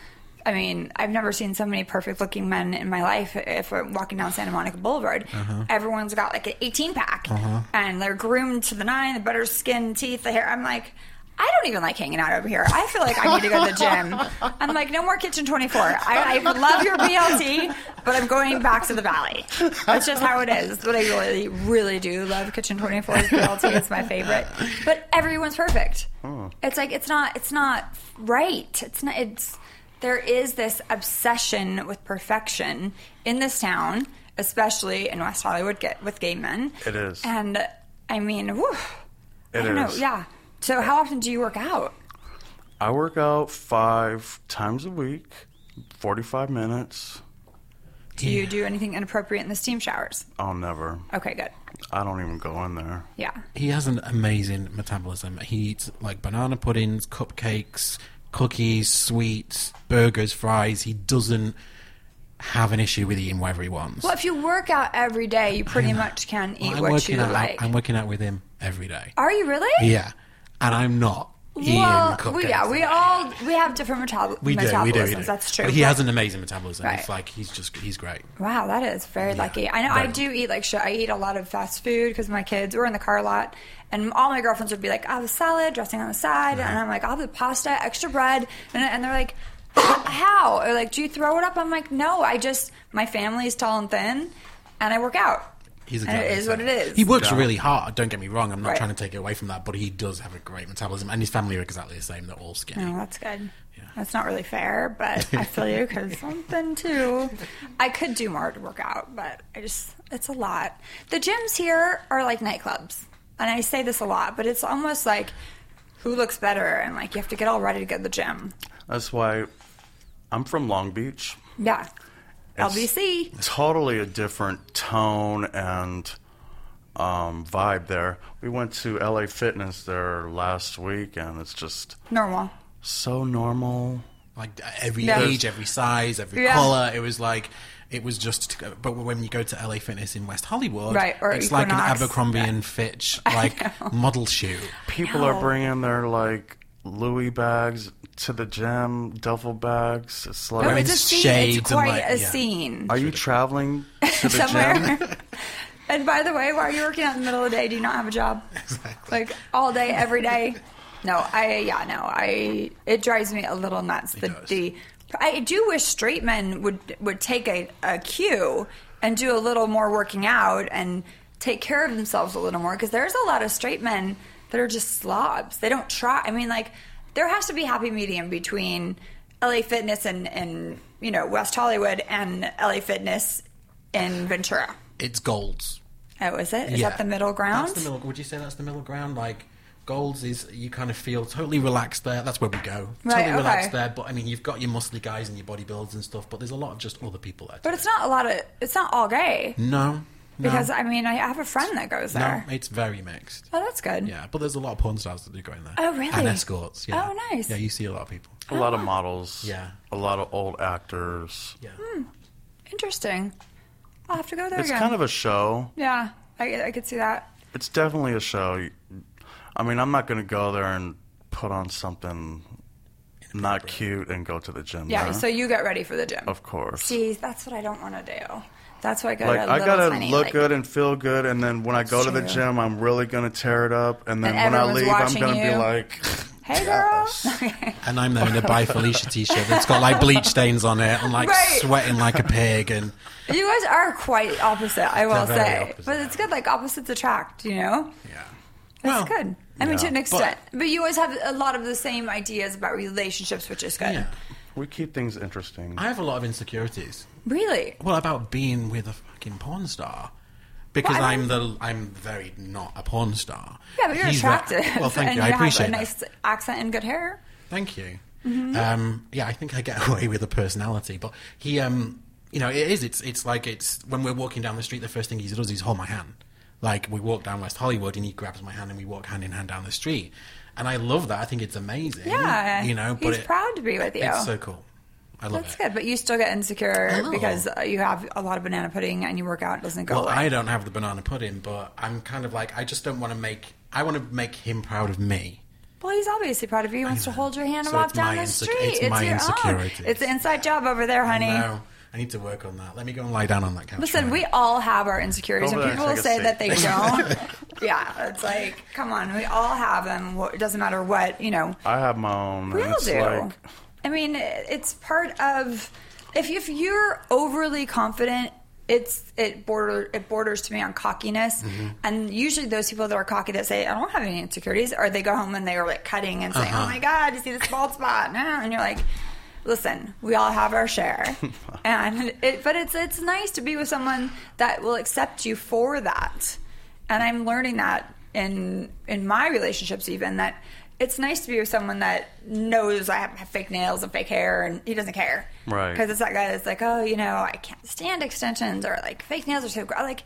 S1: I mean, I've never seen so many perfect looking men in my life. If I'm walking down Santa Monica Boulevard, everyone's got like an 18 pack and they're groomed to the nine, the butter skin, teeth, the hair. I'm like, I don't even like hanging out over here. I feel like I need to go to the gym. I'm like, no more Kitchen 24. I, I love your BLT, but I'm going back to the valley. That's just how it is. But I really, really do love Kitchen 24's BLT. It's my favorite. But everyone's perfect. It's like it's not. It's not right. It's not. It's there is this obsession with perfection in this town, especially in West Hollywood, get, with gay men.
S5: It is.
S1: and I mean, whew, I
S5: It
S1: don't know.
S5: is.
S1: Yeah. So, how often do you work out?
S5: I work out five times a week, 45 minutes.
S1: Do you do anything inappropriate in the steam showers?
S5: I'll never.
S1: Okay, good.
S5: I don't even go in there.
S1: Yeah.
S6: He has an amazing metabolism. He eats like banana puddings, cupcakes, cookies, sweets, burgers, fries. He doesn't have an issue with eating whatever he wants.
S1: Well, if you work out every day, you pretty much can eat
S6: I'm
S1: what
S6: working
S1: you
S6: out.
S1: like.
S6: I'm working out with him every day.
S1: Are you really?
S6: Yeah, and I'm not eating
S1: Well,
S6: cupcakes.
S1: we, yeah, we all we have different metabol-
S6: We do,
S1: metabolisms.
S6: we do, we do.
S1: That's true.
S6: But he
S1: But-
S6: has an amazing metabolism. It's
S1: Right.
S6: like he's just he's great.
S1: Wow, that is very lucky. I know I
S6: very.
S1: do eat like shit. I eat a lot of fast food because my kids were in the car a lot, and all my girlfriends would be like, "I'll have a salad dressing on the side," and I'm like, "I'll have the pasta, extra bread," and, and they're like, [coughs] "How?" Or like, "Do you throw it up?" I'm like, "No, I just my family is tall and thin, and I work out."
S6: He's
S1: and
S6: exactly
S1: it
S6: the
S1: is what
S6: same.
S1: it is.
S6: He works really hard. Don't get me wrong. I'm not
S1: Right.
S6: trying to take it away from that, but he does have a great metabolism, and his family are exactly the same. They're all skinny.
S1: Oh, that's good. That's not really fair, but I feel you [laughs] because something too. I could do more to work out, but I just, it's a lot. The gyms here are like nightclubs. And I say this a lot, but it's almost like who looks better and like you have to get all ready to go to the gym.
S5: That's why I'm from Long Beach.
S1: Yeah.
S5: It's
S1: LBC.
S5: Totally a different tone and um, vibe there. We went to LA Fitness there last week, and it's just
S1: Normal.
S5: so normal.
S6: like every
S1: Yeah.
S6: age, every size, every
S1: Yeah.
S6: color. It was like it was just. But when you go to LA Fitness in West Hollywood,
S1: Right, or
S6: it's like an
S1: Equinox.
S6: Abercrombie
S1: [laughs]
S6: and Fitch like model shoe.
S5: People
S1: know.
S5: are bringing their like Louis bags to the gym, duffel bags. It's like,
S1: No,
S6: Women's
S1: it's a scene.
S6: shades
S1: It's
S6: and,
S1: quite
S6: like,
S1: a
S6: yeah.
S1: scene.
S5: are you traveling to [laughs]
S1: [laughs]
S5: the
S1: somewhere.
S5: gym?
S1: and by the way, why are you working out in the middle of the day? Do you not have a job?
S6: Exactly.
S1: Like all day, every day. No, I yeah, no, I it drives me a little nuts. The,
S6: does.
S1: the I do wish straight men would would take a, a cue and do a little more working out and take care of themselves a little more because there's a lot of straight men that are just slobs. They don't try. I mean, like there has to be happy medium between LA Fitness and and you know West Hollywood and LA Fitness in Ventura.
S6: It's golds.
S1: Oh, is it? Is
S6: Yeah.
S1: that the middle ground?
S6: That's the middle. Would you say that's the middle ground? Like golds is you kind of feel totally relaxed there. That's where we go.
S1: Right,
S6: totally
S1: okay.
S6: relaxed there. But I mean, you've got your muscly guys and your bodybuilders and stuff. But there's a lot of just other people there.
S1: but it's not a lot of. It's not all gay.
S6: no, no,
S1: Because I mean, I have a friend that goes
S6: no,
S1: there.
S6: it's very mixed.
S1: oh, that's good.
S6: Yeah, but there's a lot of porn stars that do go in there.
S1: Oh, really?
S6: And escorts. Yeah.
S1: Oh, nice.
S6: Yeah, you see a lot of people.
S5: A lot of models.
S6: Yeah.
S5: A lot of old actors.
S6: Yeah.
S1: Interesting. I'll have to go there
S5: It's
S1: again.
S5: kind of a show.
S1: yeah, I, I could see that.
S5: It's definitely a show. You- I mean, I'm not going to go there and put on something not cute and go to the gym.
S1: Yeah,
S5: there.
S1: so you get ready for the gym.
S5: of course.
S1: See, that's what I don't want to do. That's why I go
S5: like
S1: to a
S5: I
S1: little
S5: gotta
S1: tiny,
S5: look
S1: like-
S5: good and feel good, and then when I go to the
S1: true.
S5: gym, I'm really gonna tear it up, and then
S1: And
S5: when I
S1: everyone's
S5: leave, I'm
S1: watching
S5: gonna
S1: you.
S5: be like,
S1: [laughs] Hey, girl.
S6: And I'm there in a By Felicia t shirt that's got like bleach stains on it. and like
S1: Right.
S6: sweating like a
S1: [laughs]
S6: pig. And
S1: [laughs] you guys are quite opposite, I will
S6: very
S1: say.
S6: opposite.
S1: But it's good, like opposites attract, you know?
S6: yeah.
S1: That's good. I mean, to
S5: yeah,
S1: an extent. But, you always have a lot of the same ideas about relationships, which is good.
S6: Yeah.
S5: "We keep things interesting."
S6: I have a lot of insecurities.
S1: Really?
S6: Well, about being with a fucking porn star. Because
S1: Well, I
S6: I'm the I'm very not a porn star.
S1: Yeah, but you're
S6: He's that-
S1: attractive.
S6: well,
S1: [laughs]
S6: thank
S1: and
S6: you. I appreciate
S1: have a
S6: that.
S1: nice accent and good hair.
S6: Thank you.
S1: Mm-hmm.
S6: Um, yeah, I think I get [laughs] away with a personality, but he, um, you know, it is. It's it's like it's when we're walking down the street. The first thing he does is hold my hand. Like we walk down West Hollywood, and he grabs my hand, and we walk hand in hand down the street. And I love that. I think it's amazing.
S1: Yeah,
S6: you know, but
S1: he's
S6: it-
S1: proud to be with you.
S6: It's so cool. I love
S1: That's
S6: it.
S1: good, but you still get
S6: A
S1: insecure
S6: little.
S1: because uh, you have a lot of banana pudding and your workout doesn't go
S6: Well,
S1: away.
S6: I don't have the banana pudding, but I'm kind of like I just don't want to make. I want to make him proud of me.
S1: well, he's obviously proud of you. He wants to hold your hand and
S6: So
S1: walk
S6: it's
S1: down
S6: my
S1: the
S6: insec-
S1: street.
S6: it's my
S1: your own.
S6: insecurities.
S1: It's an inside job over there, honey.
S6: No, I need to work on that. Let me go and lie down on that couch.
S1: Listen,
S6: right
S1: we
S6: now.
S1: all have our insecurities,
S5: Over
S1: and
S5: there,
S1: people will
S5: take a
S1: say
S5: seat.
S1: that they
S6: [laughs]
S1: don't. yeah, it's like, come on, we all have them. Wha- It doesn't matter what you know.
S5: I have my own.
S1: We
S5: and
S1: all
S5: it's
S1: do.
S5: like
S1: I mean, it's part of if if you're overly confident, it's it border it borders to me on cockiness.
S5: Mm-hmm.
S1: And usually, those people that are cocky that say I don't have any insecurities, or they go home and they are like cutting and
S5: Uh-huh.
S1: saying, "Oh my god, you see this bald spot?" No, and you're like. Listen, we all have our
S5: [laughs]
S1: share, and it, but it's it's nice to be with someone that will accept you for that and I'm learning that in in my relationships even that it's nice to be with someone that knows I have fake nails and fake hair and he doesn't care,
S5: Right.
S1: Because it's that guy that's like, oh, you know, I can't stand extensions or like fake nails are so gr-. like,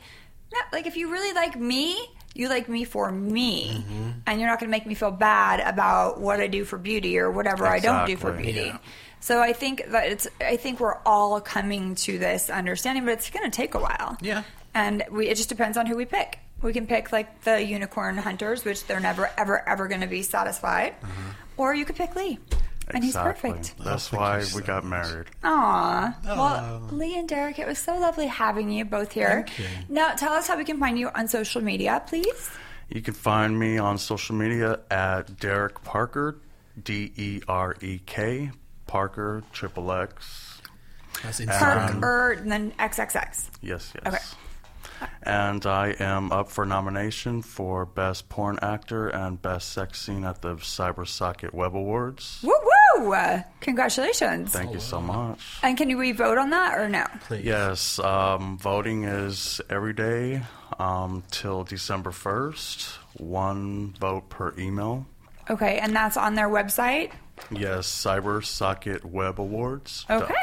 S1: no, like if you really like me, you like me for me,
S5: Mm-hmm.
S1: and you're not going to make me feel bad about what I do for beauty or whatever I don't do for
S5: Exactly.
S1: beauty. So I think that it's I think we're all coming to this understanding, but it's going to take a while.
S6: Yeah.
S1: And we it just depends on who we pick. We can pick like the unicorn hunters, which they're never ever ever going to be satisfied,
S6: Mm-hmm.
S1: or you could pick Lee, and he's
S5: exactly.
S1: perfect.
S5: That's
S6: thank
S5: why
S6: you so
S5: we got
S6: much.
S5: married.
S1: Aw. Well, Lee and Derek, it was so lovely having you both here.
S6: Oh. Thank you.
S1: Now, tell us how we can find you on social media, please.
S5: You can find me on social media at Derek Parker, D E R E K Parker Triple X.
S6: That's
S1: Park
S6: Instagram. [laughs]
S1: or and then XXX.
S5: Yes, yes.
S1: Okay.
S5: And I am up for nomination for Best Porn Actor and Best Sex Scene at the CyberSocket Web Awards.
S1: Woo Woo! Congratulations.
S5: Thank you so much.
S1: And can we vote on that or no?
S6: Please.
S5: Yes, um, voting is every day um, till December 1st. One vote per email.
S1: Okay, and that's on their website,
S5: Yes, CyberSocket Web Awards.
S1: Okay.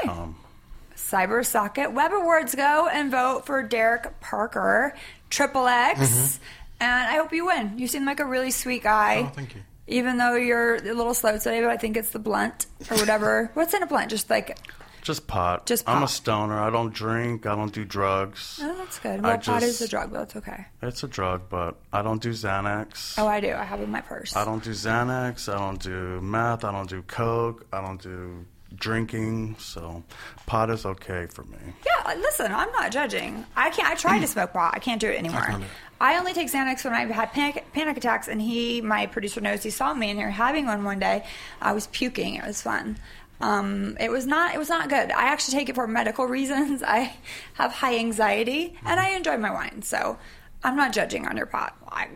S1: CyberSocket Web Awards. Go and vote for Derek Parker, Triple X, and I hope you win. You seem like a really sweet guy.
S6: Oh, thank you.
S1: Even though you're a little slow today, but I think it's the blunt or whatever. What's in a blunt? Just like,
S5: Just pot.
S1: Just
S5: I'm a
S1: pot.
S5: stoner. I don't drink. I don't do drugs.
S1: oh, that's good.
S5: I
S1: Well, pot
S5: just-
S1: is a drug, though. It's okay.
S5: It's a drug, but I don't do Xanax.
S1: Oh, I do. I have it in my purse.
S5: I don't do Xanax. I don't do meth. I don't do coke. I don't do drinking. So pot is okay for me.
S1: Yeah, listen, I'm not judging. I can't. I tried to smoke pot. I can't do it anymore.
S6: can't do it.
S1: I only take Xanax when I've had panic, panic attacks. And he, my producer knows, he saw me in here having one one day. I was puking. It was fun. Um, it was not. It was not good. I actually take it for medical [laughs] reasons. I have high anxiety, and I enjoy my wine. So I'm not judging on your pot. I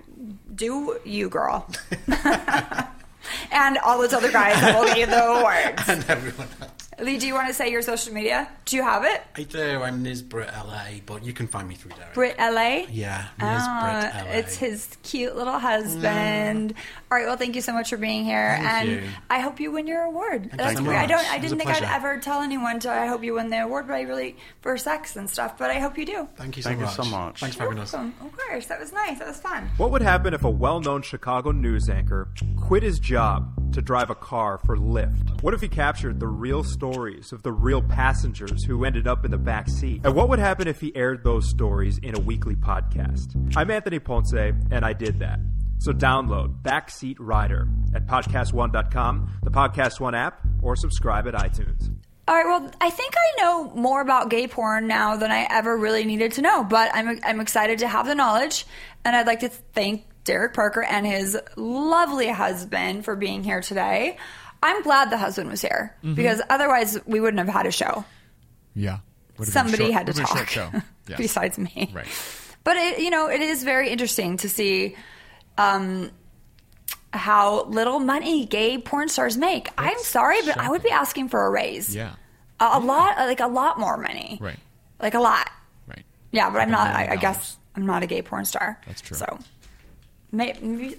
S1: do you, girl. [laughs] and all those other guys that will give you the awards.
S6: And everyone else.
S1: Lee, do you want to say your social media? Do you have it?
S6: I do. I'm Nisbrit LA, but you can find me through Derek.
S1: Brit LA.
S6: Yeah,
S1: Ah,
S6: Nisbrit LA.
S1: it's his cute little husband. All right, well, thank you so much for being here,
S6: Thank
S1: and
S6: you.
S1: I hope you win your award. That's
S6: so
S1: great. I
S6: much.
S1: don't. I
S6: It was a
S1: didn't think I'd
S6: pleasure.
S1: ever tell anyone. So I hope you win the award, but I really for sex and stuff. But I hope you do.
S6: Thank you so
S5: Thank you
S6: much.
S5: so much.
S6: Thanks for having us.
S1: Awesome. Of course, that was nice. That was fun.
S7: What would happen if a well known Chicago news anchor quit his job to drive a car for Lyft? What if he captured the real stories of the real passengers who ended up in the back seat? And what would happen if he aired those stories in a weekly podcast? I'm Anthony Ponce, and I did that. So download Backseat Rider at podcast1.com, the Podcast One app, or subscribe at iTunes.
S1: All right. Well, I think I know more about gay porn now than I ever really needed to know, but I'm I'm excited to have the knowledge, and I'd like to thank Derek Parker and his lovely husband for being here today. I'm glad the husband was here
S8: Mm-hmm.
S1: because otherwise we wouldn't have had a show.
S8: Yeah. Would have been
S1: Somebody
S8: short-
S1: had to
S8: would have been a
S1: talk. [laughs]
S8: Short show. Yeah.
S1: Besides me,
S8: Right.
S1: But it, you know, it is very interesting to see um, how little money gay porn stars make. I'm
S8: That's
S1: sorry, but I would be
S8: shocking.
S1: asking for a raise.
S8: Yeah.
S1: a, a lot, like a lot more money.
S8: Right.
S1: Like a lot.
S8: Right.
S1: Yeah, but I'm not. I, I
S8: million
S1: guess
S8: dollars.
S1: I'm not a gay porn star.
S8: That's true.
S1: So may- maybe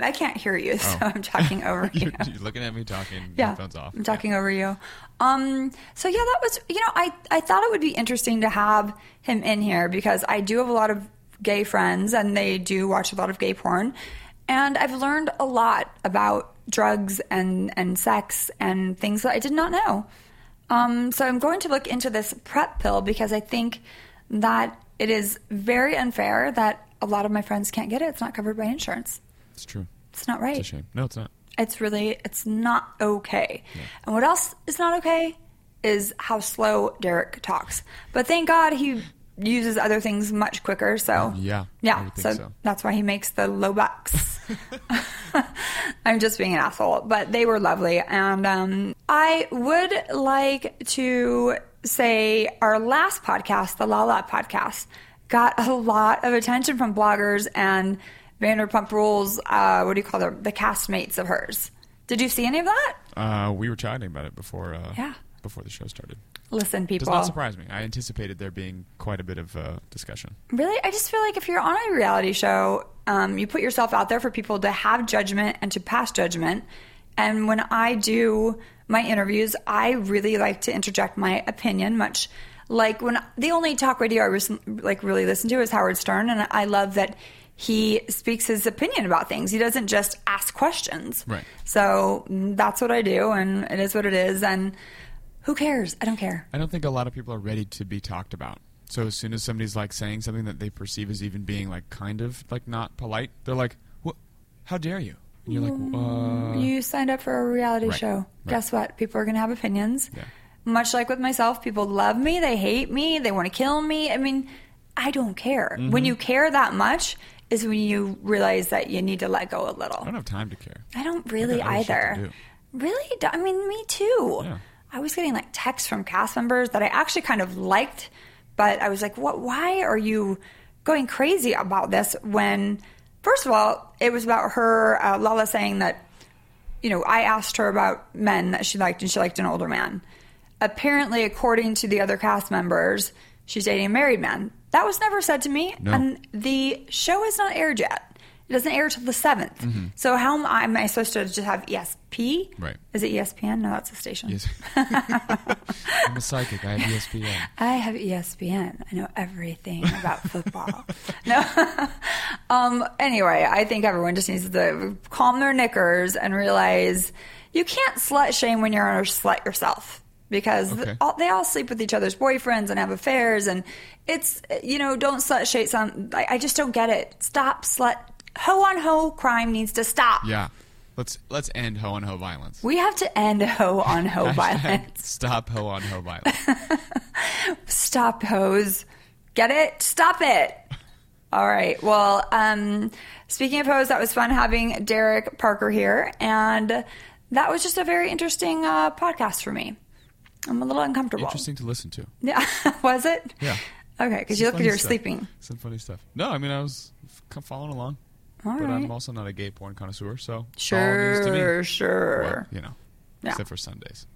S1: I can't hear you, [laughs] so
S8: Oh.
S1: I'm talking
S8: [laughs]
S1: over you.
S8: You're, you're looking at me talking.
S1: Yeah,
S8: Headphones off.
S1: I'm talking over you. Um. So yeah, that was. You know, I I thought it would be interesting to have him in here because I do have a lot of gay friends and they do watch a lot of gay porn, and I've learned a lot about drugs and and sex and things that I did not know. Um, so I'm going to look into this prep pill because I think that it is very unfair that a lot of my friends can't get it. It's not covered by insurance.
S8: It's true.
S1: It's not right.
S8: It's a shame. No, it's not.
S1: It's really it's not okay. And what else is not okay is how slow Derek talks. But thank God he uses other things much quicker. So
S8: Yeah, I
S1: yeah.
S8: would think
S1: so,
S8: so.
S1: that's why he makes the low bucks. [laughs] I'm just being an asshole, but they were lovely, and um, I would like to say our last podcast, the La La podcast, got a lot of attention from bloggers and Vanderpump Rules. Uh, what do you call them? The castmates of hers. Did you see any of that?
S8: Uh, we were chatting about it before. Uh,
S1: Yeah.
S8: Before the show started.
S1: Listen,
S8: Does
S1: people.
S8: not surprise me. I anticipated there being quite a bit of uh, discussion.
S1: Really, I just feel like if you're on a reality show, um, you put yourself out there for people to have judgment and to pass judgment. And when I do my interviews, I really like to interject my opinion, much like when the only talk radio I recent- like really listen to is Howard Stern, and I love that he speaks his opinion about things. He doesn't just ask questions.
S8: Right.
S1: So mm, that's what I do, and it is what it is. And who cares? I don't care.
S8: I don't think a lot of people are ready to be talked about. So as soon as somebody's like saying something that they perceive as even being like kind of like not polite, they're like, "What? How dare you?" And you're like, uh,
S1: Mm. You signed up for a reality
S8: Right.
S1: show.
S8: Right.
S1: Guess what? People are going to have opinions.
S8: Yeah.
S1: Much like with myself, people love me, they hate me, they want to kill me. I mean, I don't care.
S8: Mm-hmm.
S1: When you care that much is when you realize that you need to let go a little.
S8: "I don't have time to care."
S1: I don't really
S8: I got other shit to
S1: either.
S8: do.
S1: Really? Do- I mean, me too.
S8: Yeah.
S1: I was getting like texts from cast members that I actually kind of liked, but I was like, "What? Why are you going crazy about this?" When first of all, it was about her uh, Lala saying that you know, I asked her about men that she liked, and she liked an older man. Apparently, according to the other cast members, she's dating a married man. That was never said to me,
S8: No.
S1: and the show has not aired yet. It doesn't air till the 7th So how am I, am I supposed to just have ESP?
S8: Mm-hmm. Right.
S1: Is it E ESPN? No, that's a station. [laughs]
S8: Yes. I'm a psychic. I have E ESPN.
S1: [laughs] I have E ESPN. I know everything
S8: [laughs]
S1: about football. no. [laughs] um, anyway, I think everyone just needs to calm their knickers and realize you can't slut shame when you're on a slut yourself because
S8: Okay.
S1: all, they all sleep with each other's boyfriends and have affairs. And it's, you know, don't slut shame some. I, I just don't get it. Stop slut. Ho on ho crime needs to stop.
S8: Yeah. Let's let's end ho on ho violence. [laughs]
S1: We have to end ho on ho violence.
S8: Stop ho on ho violence.
S1: [laughs] stop hoes. Get it? Stop it. All right. Well, um, speaking of hoes, that was fun having Derek Parker here. And that was just a very interesting uh, podcast for me. I'm a little uncomfortable.
S8: Interesting to listen to.
S1: [laughs] Yeah. was it?
S8: Yeah.
S1: Okay. Because you look like
S8: Funny
S1: you're
S8: stuff.
S1: sleeping.
S8: Some funny stuff. No, I mean I was f- following along,
S1: All
S8: but I'm
S1: right.
S8: also not a gay porn connoisseur, so it's all news to me.
S1: Sure. Sure.
S8: Well, you know,
S1: Yeah.
S8: except for Sundays.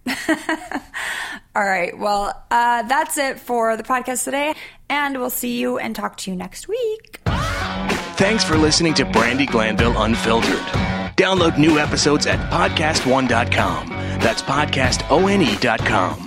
S1: All right. Well, uh, that's it for the podcast today. And we'll see you and talk to you next week.
S4: Thanks for listening to Brandy Glanville Unfiltered. E Download new episodes at podcast1.com. That's podcastone.com.